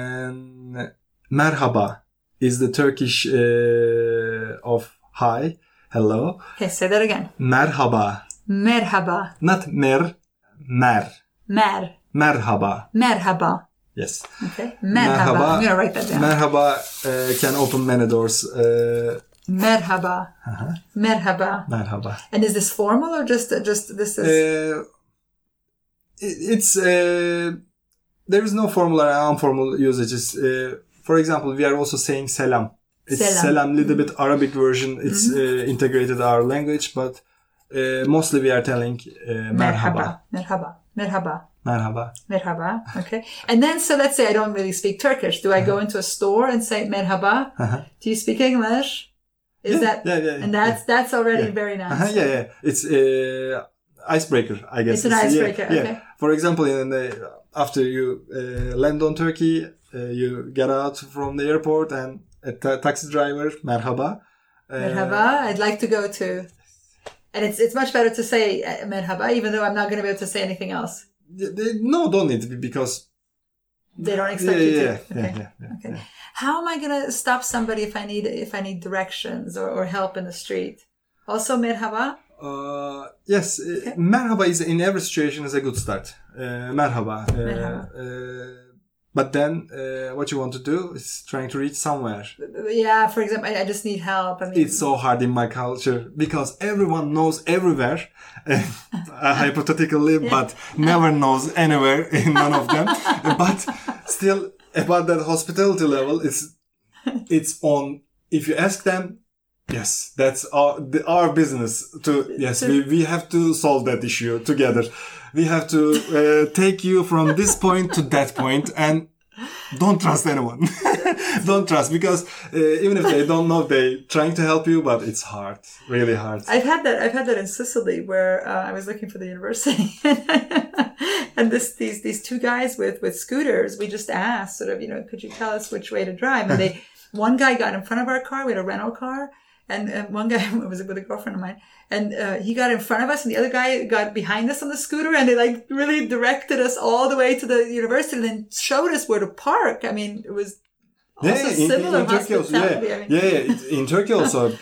And merhaba is the Turkish uh, of hi, hello.
Okay, say that again.
Merhaba,
Merhaba,
not mer, mer,
mer,
merhaba.
merhaba.
Yes.
Okay, merhaba. I'm gonna write that down.
Merhaba uh, can open many doors. Uh,
merhaba, merhaba.
merhaba.
And is this formal or just just this is?
Uh, it- it's uh, there is no formal and informal usages. Uh, for example, we are also saying selam. It's
Selam.
selam, Mm-hmm. little bit Arabic version. It's uh, integrated our language, but uh, mostly we are telling uh, merhaba,
merhaba, merhaba,
merhaba.
merhaba. Okay, and then so let's say I don't really speak Turkish. Do I go into a store and say merhaba?
Uh-huh.
Do you speak English? Is
Yeah,
that
yeah, yeah, yeah,
and that's that's already
Yeah.
very nice.
Uh-huh, yeah, yeah. It's uh, icebreaker, I guess.
It's an
yeah,
icebreaker,
Yeah.
okay.
For example, in the, after you uh, land on Turkey, uh, you get out from the airport and a ta- taxi driver, merhaba. Uh,
Merhaba, I'd like to go to. And it's it's much better to say uh, merhaba, even though I'm not going to be able to say anything else.
they- they- no, don't need to be because.
They don't
Yeah,
expect you
yeah,
to.
yeah,
okay.
yeah, yeah, yeah.
okay. How am I going to stop somebody if I need if I need directions or, or help in the street? Also merhaba.
Uh, yes, uh, merhaba is in every situation is a good start. Uh, merhaba. Uh,
Merhaba.
Uh, but then, uh, what you want to do is trying to reach somewhere.
Yeah, for example, I, I just need help. I mean,
it's so hard in my culture because everyone knows everywhere uh, hypothetically but never knows anywhere in none of them but still about that hospitality level it's it's on if you ask them yes that's our the, our business to yes we, we have to solve that issue together we have to uh, take you from this point to that point and don't trust anyone don't trust because uh, even if they don't know they trying to help you but it's hard really hard
I've had that. I've had that in Sicily, where uh, I was looking for the university, and this these these two guys with with scooters. We just asked, sort of, you know, could you tell us which way to drive? And they, one guy got in front of our car. We had a rental car, and uh, one guy it was with a girlfriend of mine, and uh, he got in front of us, and the other guy got behind us on the scooter, and they like really directed us all the way to the university, and then showed us where to park. I mean, it was also similar
also, yeah,
hospitality. I mean-
yeah, yeah. it- In Turkey also, i-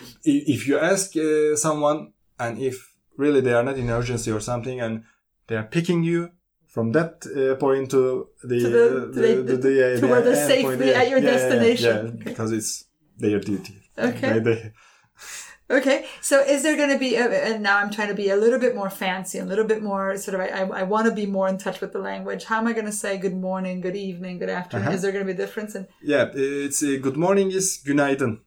if you ask uh, someone and if really they are not in urgency or something and they are picking you from that uh, point to the
To the-
uh,
to the- to where they're
end
safely at your
yeah, yeah,
destination.
yeah,
Okay.
because it's their duty.
Okay.
They- they-
Okay, so is there going to be, and now I'm trying to be a little bit more fancy, a little bit more sort of, I, I, I want to be more in touch with the language. How am I going to say good morning, good evening, good afternoon?
Uh-huh.
Is there going to be a difference? And
yeah, it's uh, good morning is günaydın.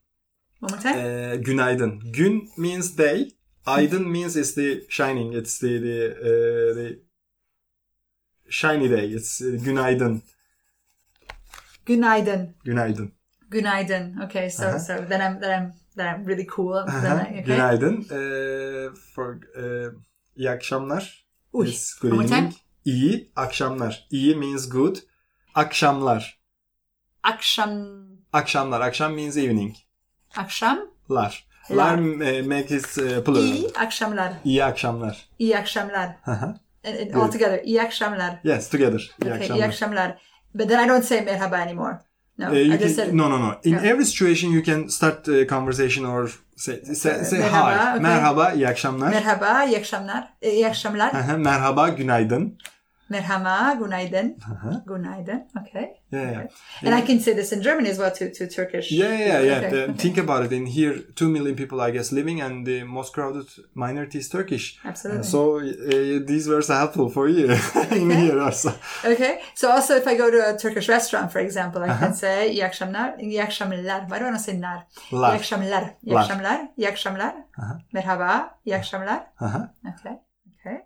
one more time?
Uh, günaydın. Gün means day. Aydın means it's the shining. It's the the, uh, the shiny day. It's uh, günaydın.
Gunaiden,
Günaydın.
gunaiden. Okay, so
Uh-huh.
so then I'm then I'm then I'm really cool. Then
Aha,
I, okay.
Günaydın. Uh, for uh, iyi akşamlar.
Uy,
It's good
one more
evening.
time.
İyi akşamlar. İyi means good. Akşamlar.
Aksham,
Akşamlar. Akşam means evening.
aksham,
Lar.
Lar.
Lar uh, make it uh, plural.
i
İyi,
akshamlar,
akşamlar.
i akshamlar,
Aha.
and, and
Good.
all together, i akshamlar.
yes, together. İyi
Okay, i
akşamlar.
akshamlar. But then I don't say merhaba anymore. No,
Uh, you
Oh, I just
can-
said
no, no, no. In
Yeah.
every situation, you can start a conversation or say, say, say
Uh, Merhaba,
hi.
okay.
Merhaba, iyi akşamlar.
merhaba, E, i akshamlar, i akshamlar.
Aha, Merhaba, günaydın.
Merhaba, gunaiden.
Uh-huh.
Gunaiden. Okay.
Yeah, yeah.
And I can say this in German as well to, to Turkish.
Yeah, yeah, yeah.
Okay.
The- Think about it. In here, 2 million people, I guess, living, and the most crowded minority is Turkish.
Absolutely.
So uh, these words are helpful for you in here also.
okay. So also if I go to a Turkish restaurant, for example, I
Uh-huh.
can say yakshamlar, yakshamlar. Why do I want to say nar?
Lar.
Yakshamlar.
Lar.
Yakshamlar. Yakshamlar.
Uh-huh.
Merhaba. Yakshamlar.
Aha.
Okay. Okay.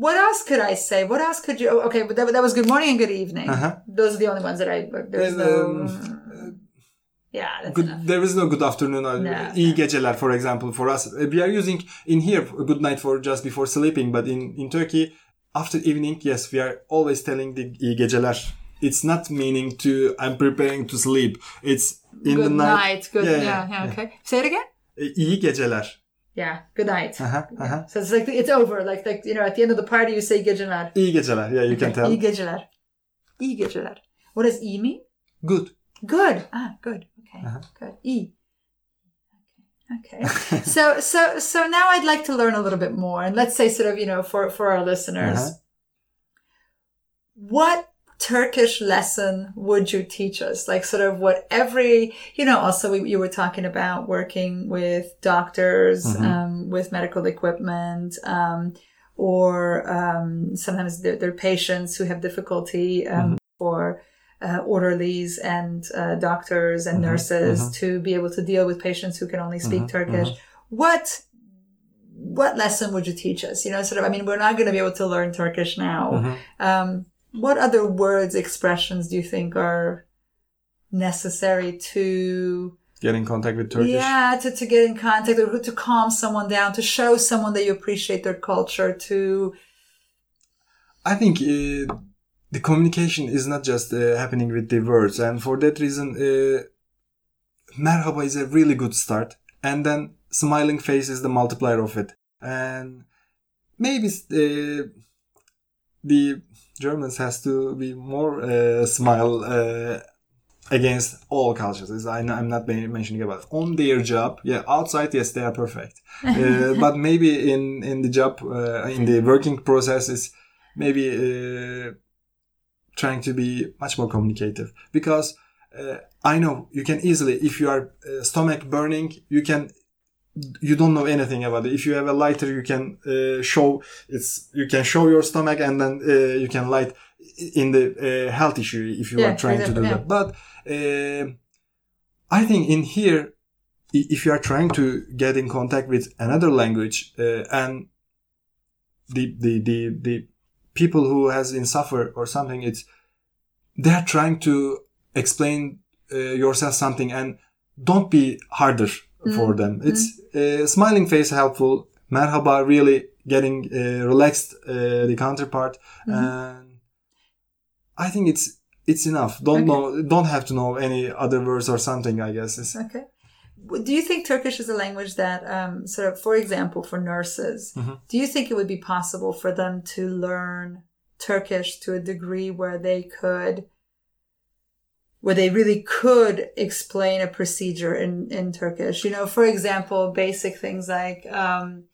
What else could I say? What else could you? oh, Okay, but that, that was good morning and good evening.
Uh-huh.
Those are the only ones that I. There's
Um,
no. Yeah, that's
Good,
enough.
there is no good afternoon or
No.
iyi geceler, for example, for us. Uh, We are using in here good night for just before sleeping, but in, in Turkey, after evening, yes, we are always telling the iyi geceler. It's not meaning to I'm preparing to sleep. It's in
good
the
night.
night.
Good.
Yeah,
Yeah,
yeah,
yeah, Okay. Say it again.
Uh, İyi geceler.
Yeah. Good night.
Uh-huh, uh-huh.
So it's like it's over. Like like you know, at the end of the party, you say E geceler.
İyi geceler. Yeah, you can tell.
İyi geceler. İyi geceler. E What does e mean?
Good.
Good. Ah, good. Okay. Good. E. Okay. Okay. so so so now I'd like to learn a little bit more, and let's say sort of you know for for our listeners,
Uh-huh.
what Turkish lesson would you teach us? Like sort of what every you know. Also, we, you were talking about working with doctors, um, with medical equipment. Um, or um, sometimes they're, they're patients who have difficulty um, for uh, orderlies and uh, doctors and nurses to be able to deal with patients who can only speak Turkish. What what lesson would you teach us? You know, sort of. I mean, we're not going to be able to learn Turkish now.
Mm-hmm.
Um, what other words, expressions do you think are necessary to
Get in contact with Turkish.
yeah, to, to get in contact or to calm someone down, to show someone that you appreciate their culture, to
I think uh, the communication is not just uh, happening with the words, and for that reason, uh, merhaba is a really good start, and then smiling face is the multiplier of it, and maybe uh, the Germans has to be more uh, smile uh, against all cultures. It's- I know- I'm not ma- mentioning about on their job. Yeah, outside, yes, they are perfect, uh, but maybe in in the job uh, in the working process is maybe uh, trying to be much more communicative because uh, I know you can easily if you are uh, stomach burning you can you don't know anything about it if you have a lighter you can uh, show it's you can show your stomach and then uh, you can light in the uh, health issue if you
Yeah,
are trying to do
exactly, yeah.
that but uh, I think in here i- if you are trying to get in contact with another language uh, and the, the the the people who has in suffer or something it's they're trying to explain uh, yourself something and don't be harder
Mm-hmm.
for them it's uh, smiling face helpful merhaba really getting uh, relaxed uh, the counterpart
Mm-hmm.
and i think it's it's enough don't know don't have to know any other words or something i guess it's,
okay. Do you think Turkish is a language that, um, sort of, for example, for nurses, do you think it would be possible for them to learn Turkish to a degree where they could, where they really could explain a procedure in, in Turkish? You know, for example, basic things like, um,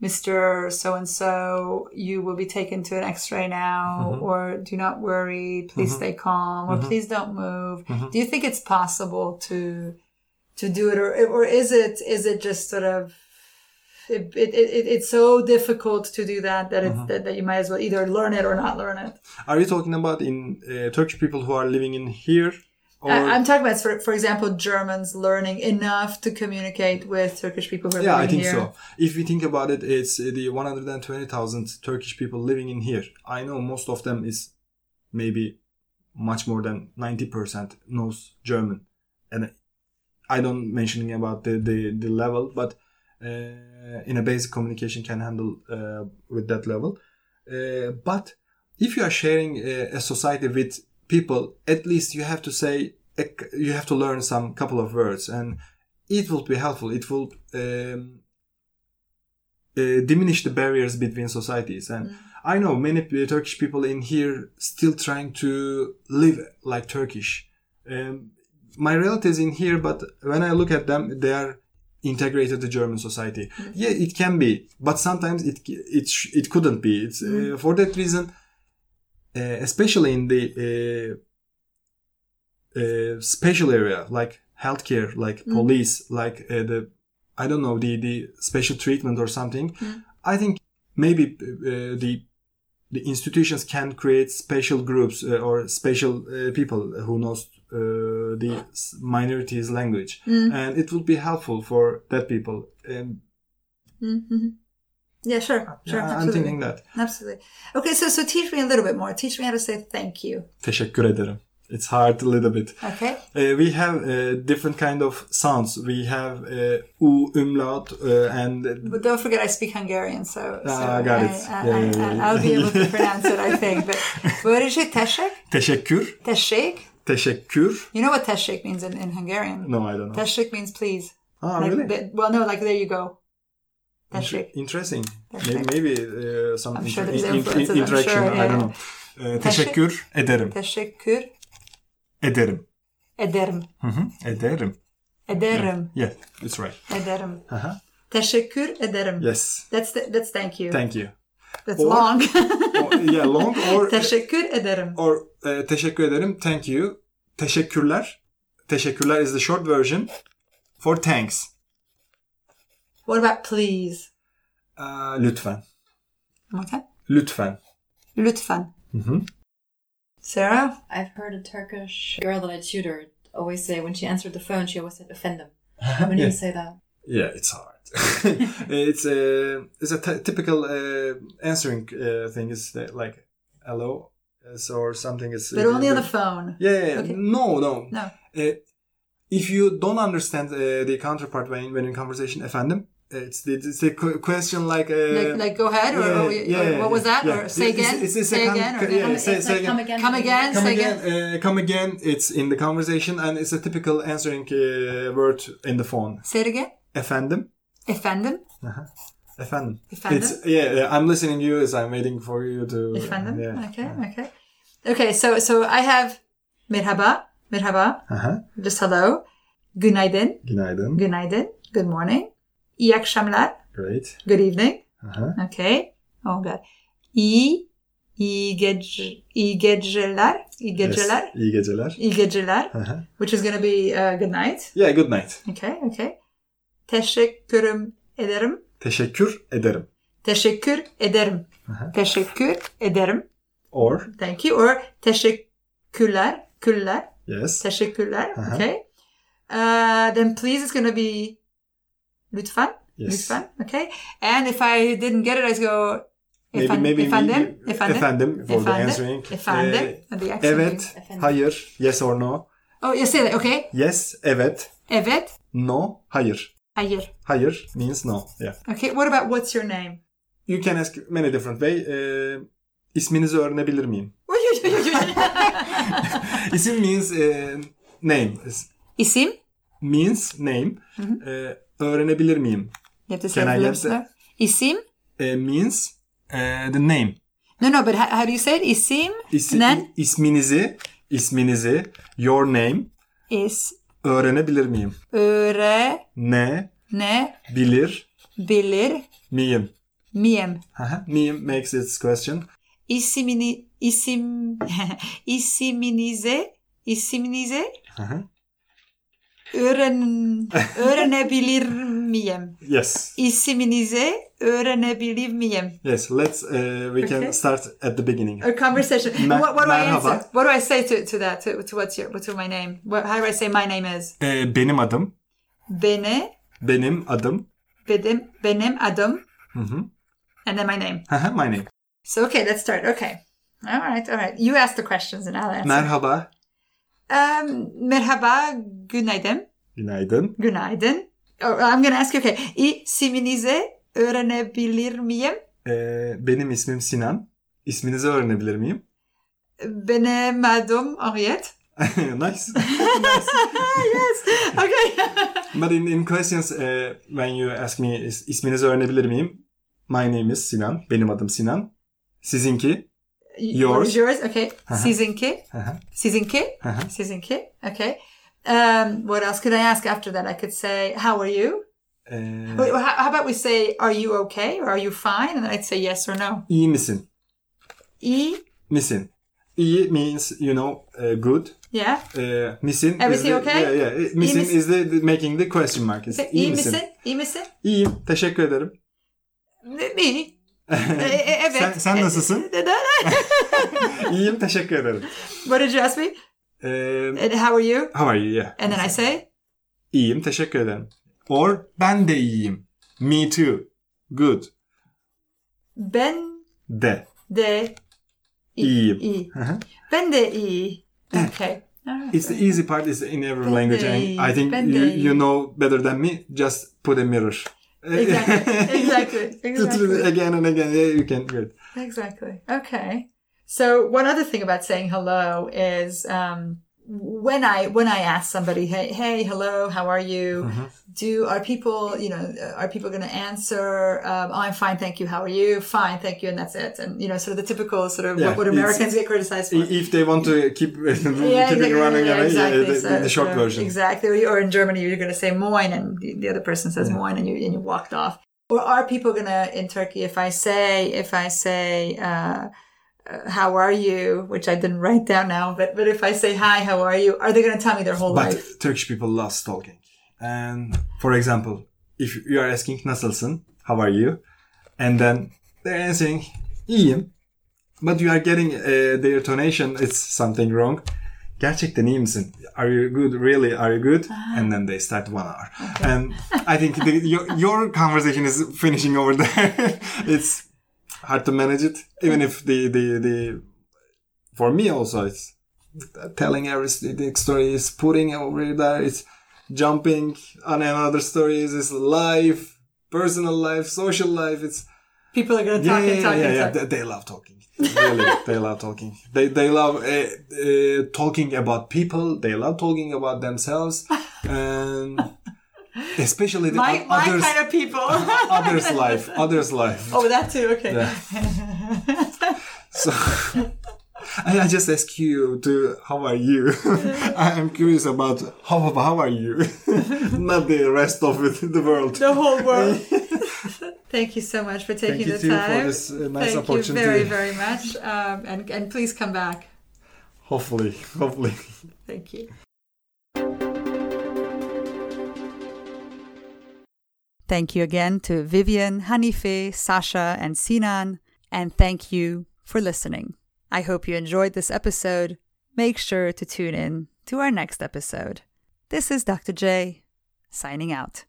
Mr. So and so, you will be taken to an x ray now, or do not worry, please stay calm, or please don't move. Do you think it's possible to to do it, or or is it is it just sort of it, it, it, it's so difficult to do that that, it's,
Uh-huh.
that that you might as well either learn it or not learn it.
are you talking about in uh, turkish people who are living in here or
I, I'm talking about, for, for example, Germans learning enough to communicate with Turkish people who are
yeah, I
living
think
here.
so. If we think about it, it's uh, the 120,000 Turkish people living in here. I know most of them is maybe much more than 90% knows German. And I don't mentioning about the, the, the level, but uh, in a basic communication can handle uh, with that level. Uh, but if you are sharing uh, a, a society with people, at least you have to say, a c- you have to learn some couple of words and it will be helpful. It will um, uh, diminish the barriers between societies. And I know many p- Turkish people in here still trying to live like Turkish. Um, my relatives in here, but when I look at them, they are integrated to German society. Yeah, it can be, but sometimes it c- it sh- it couldn't be. It's uh, for that reason, uh, especially in the. Uh, uh, special area like healthcare, like
Mm.
police, like uh, the I don't know the the special treatment or something.
Mm.
I think maybe uh, the the institutions can create special groups uh, or special uh, people who knows uh, the s- minorities language,
Mm.
and it would be helpful for that people. And
Mm-hmm. Yeah, sure, sure,
I- I'm
absolutely,
thinking that.
absolutely. Okay, so so teach me a little bit more. Teach me how to say thank you.
Teşekkür ederim. It's hard a little bit.
Okay.
Uh, we have uh, different kind of sounds. We have uh, u umlaut uh, and
But don't forget, I speak Hungarian, so, so
Ah, got it.
I,
Yeah,
I,
yeah,
I,
yeah.
will be able to pronounce it, I think. But what is it? Teshek?
teşekkür,
Teshek?
teşekkür.
You know what teshek means in, in Hungarian?
No, I don't know.
Teshek means please.
Ah,
like,
really?
the- well, no, like there you go. Teshek.
Interesting. Maybe,
Teşekkür.
maybe uh, some
I'm
inter-
sure there's
in- in-
influences, I'm
interaction.
sure, yeah,
I don't
yeah.
know. Uh, teşekkür ederim.
Teşekkür
Ederim.
ederim.
Mhm, Ederim.
Ederim.
Yeah, it's right.
Ederim.
Uh-huh.
Teşekkür ederim.
Yes.
That's the, that's thank you.
Thank you.
that's
or-
long.
Or- yeah, long or
Teşekkür ederim.
or uh, teşekkür ederim. Thank you. Teşekkürler. Teşekkürler is the short version for thanks.
What about please?
Uh, lütfen.
Okay.
Lütfen.
Lütfen.
Mhm.
Sarah?
I've heard a Turkish girl that I tutored always say when she answered the phone, she always said offend them. When do
Yeah.
you say that?
Yeah, it's hard. it's a it's a t- typical uh, answering uh, thing is that like hello is- or something is. uh,
But only on the phone.
Yeah, yeah, yeah.
Okay.
no, no.
No.
Uh, if you don't understand uh, the counterpart when, when in conversation, efendim, it's the, it's the qu- question like, uh,
like, like go ahead or, or- or what was that
yeah.
or say
It's-
again
it's- it's a
say
con-
again or
co- yeah,
come,
say, say again.
come again.
come again
Come
say
again, uh, come again. It's in the conversation and it's a typical answering uh, word in the phone.
say it again
Efendim,
efendim
efendim.
Efendim?
It's yeah, yeah. I'm listening to you as I'm waiting for you to.
efendim
Yeah.
okay okay okay so so I have merhaba merhaba
Uh huh.
just hello günaydın
Günaydın.
günaydın good morning iyi akşamlar
Great.
good evening
Uh huh.
okay oh god iyi iyi, gece, iyi geceler iyi geceler
Yes. İyi geceler.
iyi geceler
Uh huh.
which is gonna be uh, good night
Yeah. Good night.
Okay, okay. Teşekkürüm ederim.
Teşekkür ederim.
Teşekkür ederim.
Aha.
Teşekkür ederim.
Or
Thank you. Or teşekkürler. Küller.
yes.
Teşekkürler.
Aha.
Okay. Uh, then please it's gonna be lütfen.
Yes.
Lütfen. Okay. And if I didn't get it, I go
Maybe,
efen-
maybe
efendim,
we-
efendim,
efendim for the answering.
efendim,
Eh,
and the accent.
evet,
Efendim.
hayır, yes or no.
Oh, you say that. Okay.
Yes, evet,
Evet.
no, hayır.
Hayır.
Hayır means no. Yeah.
Okay. What about what's your name?
You can ask many different way. Eh, isminizi öğrenebilir miyim? İsim means eh, name. Is-
İsim?
Means name. Eh, öğrenebilir miyim?
You have to say
Can I
it
get
lips,
the-
no? İsim?
Eh, means eh, the name.
No, no, but how, how do you say it? İsim?
İsi,
Ne?
isminizi, isminizi, your name
Is.
öğrenebilir miyim?
Öğrenebilir
Ne bilir miyim?
miyim?
Haha, miyim makes its question.
İsimini, isim, isiminize, isiminize
Haha.
öğren, öğrenebilir miyim?
yes.
İsiminize öğrenebilir miyim?
Yes, let's uh, we can
Okay.
start at the beginning.
A conversation.
Mer-
what, what do I
merhaba.
answer? What do I say to, to that? To, to what's your, to my name? What, how do I say my name is?
Eh, benim adım,
Bene,
benim adım.
benim, benim adım,
Hı hı.
and then my name.
Haha, My name.
So okay, let's start. Okay. All right, all right. You ask the questions and I'll answer.
Merhaba,
Um, merhaba, günaydın,
günaydın.
günaydın. Oh, I'm gonna ask you, okay. İsminizi öğrenebilir miyim?
Eh, benim ismim Sinan. İsminizi öğrenebilir miyim?
Benim adım Henriette.
nice.
yes, okay.
But in, in questions, eh, when you ask me is, isminizi öğrenebilir miyim? My name is Sinan. Benim adım Sinan. Sizinki? Yours. Uh-huh.
Yours, okay.
Aha.
Sizinki,
Haha,
sizinki,
haha.
sizinki, okay. Um, what else could I ask after that? I could say, how are you?
Eh,
Wait, how, how about we say, are you okay or are you fine? And then I'd say yes or no.
İyi misin?
E,
Misin. İyi means you know eh, good.
yeah.
Uh, misin is
Everything
the-
okay?
Yeah, yeah. Misin,
İyi misin?
is the, the- making the question mark. Is, E
Say, E iyi misin? İyi misin?
İyiyim. Teşekkür ederim.
İyi. E- e- evet.
Sen- sen nasılsın?
E- e- e-
İyiyim. Teşekkür ederim.
What did you ask me?
Eh,
And how are you?
how are you? Yeah.
And then I say,
İyiyim. Teşekkür ederim. Or ben de iyiyim. Me too. Good.
ben
De.
de iyi.
İyiyim.
iyi.
Hı hı.
Ben de iyi. Okay. All right.
It's the easy part is in every language. And I think you,
Bende.
you know better than me. Just put a mirror.
Exactly. Exactly. Exactly.
again and again. Yeah, you can do it.
Exactly. Okay. So one other thing about saying hello is um, when I when I ask somebody, hey, hey, hello, how are you?
Uh-huh.
Do are people you know are people going to answer? Um, oh, I'm fine, thank you. How are you? Fine, thank you, and that's it. And you know, sort of the typical sort of
Yeah,
what, what
it's-
Americans get criticized for.
I- If they want Mm, to keep keep it running, away, yeah, the,
So-
the short
so-
version.
Exactly. Or in Germany, you're going to say moin, and the the other person
Mm.
says moin, and you and you walked off. Or are people going to in Turkey? If I say, if I say, uh, uh, how are you? Which I didn't write down now, but but if I say hi, how are you? Are they going to tell me their whole
But
life?
Turkish people love stalking. And for example, if you are asking nasılsın, how are you, and then they're answering iyiyim, but you are getting uh, their tonation it's something wrong. Gerçekten iyi misin? Are you good? Really? Are you good? And then they start one hour. And I think the, your, your conversation is finishing over there. it's hard to manage it, even if the the the for me also it's telling every st- story is putting over there it's jumping on another story is is life personal life social life it's
People are going to
yeah
talk
yeah
and talk
yeah, yeah,
and
yeah.
talk.
They, they love talking really they love talking they they love uh, uh, talking about people they love talking about themselves and especially the
My,
o-
my
others
kind of people.
others life others life
oh, that too. Okay.
So I, I just ask you to how are you? I am curious about how how are you, not the rest of it, the world.
the whole world. Thank you so much for taking
you
the
too for
time.
this, uh, nice
Thank
opportunity.
you very, very much. Um, and, and please come back.
Hopefully, hopefully.
Thank you.
Thank you again to Vivian, Hanife, Sasha, and Sinan, and thank you for listening. I hope you enjoyed this episode. Make sure to tune in to our next episode. This is Dr. J, signing out.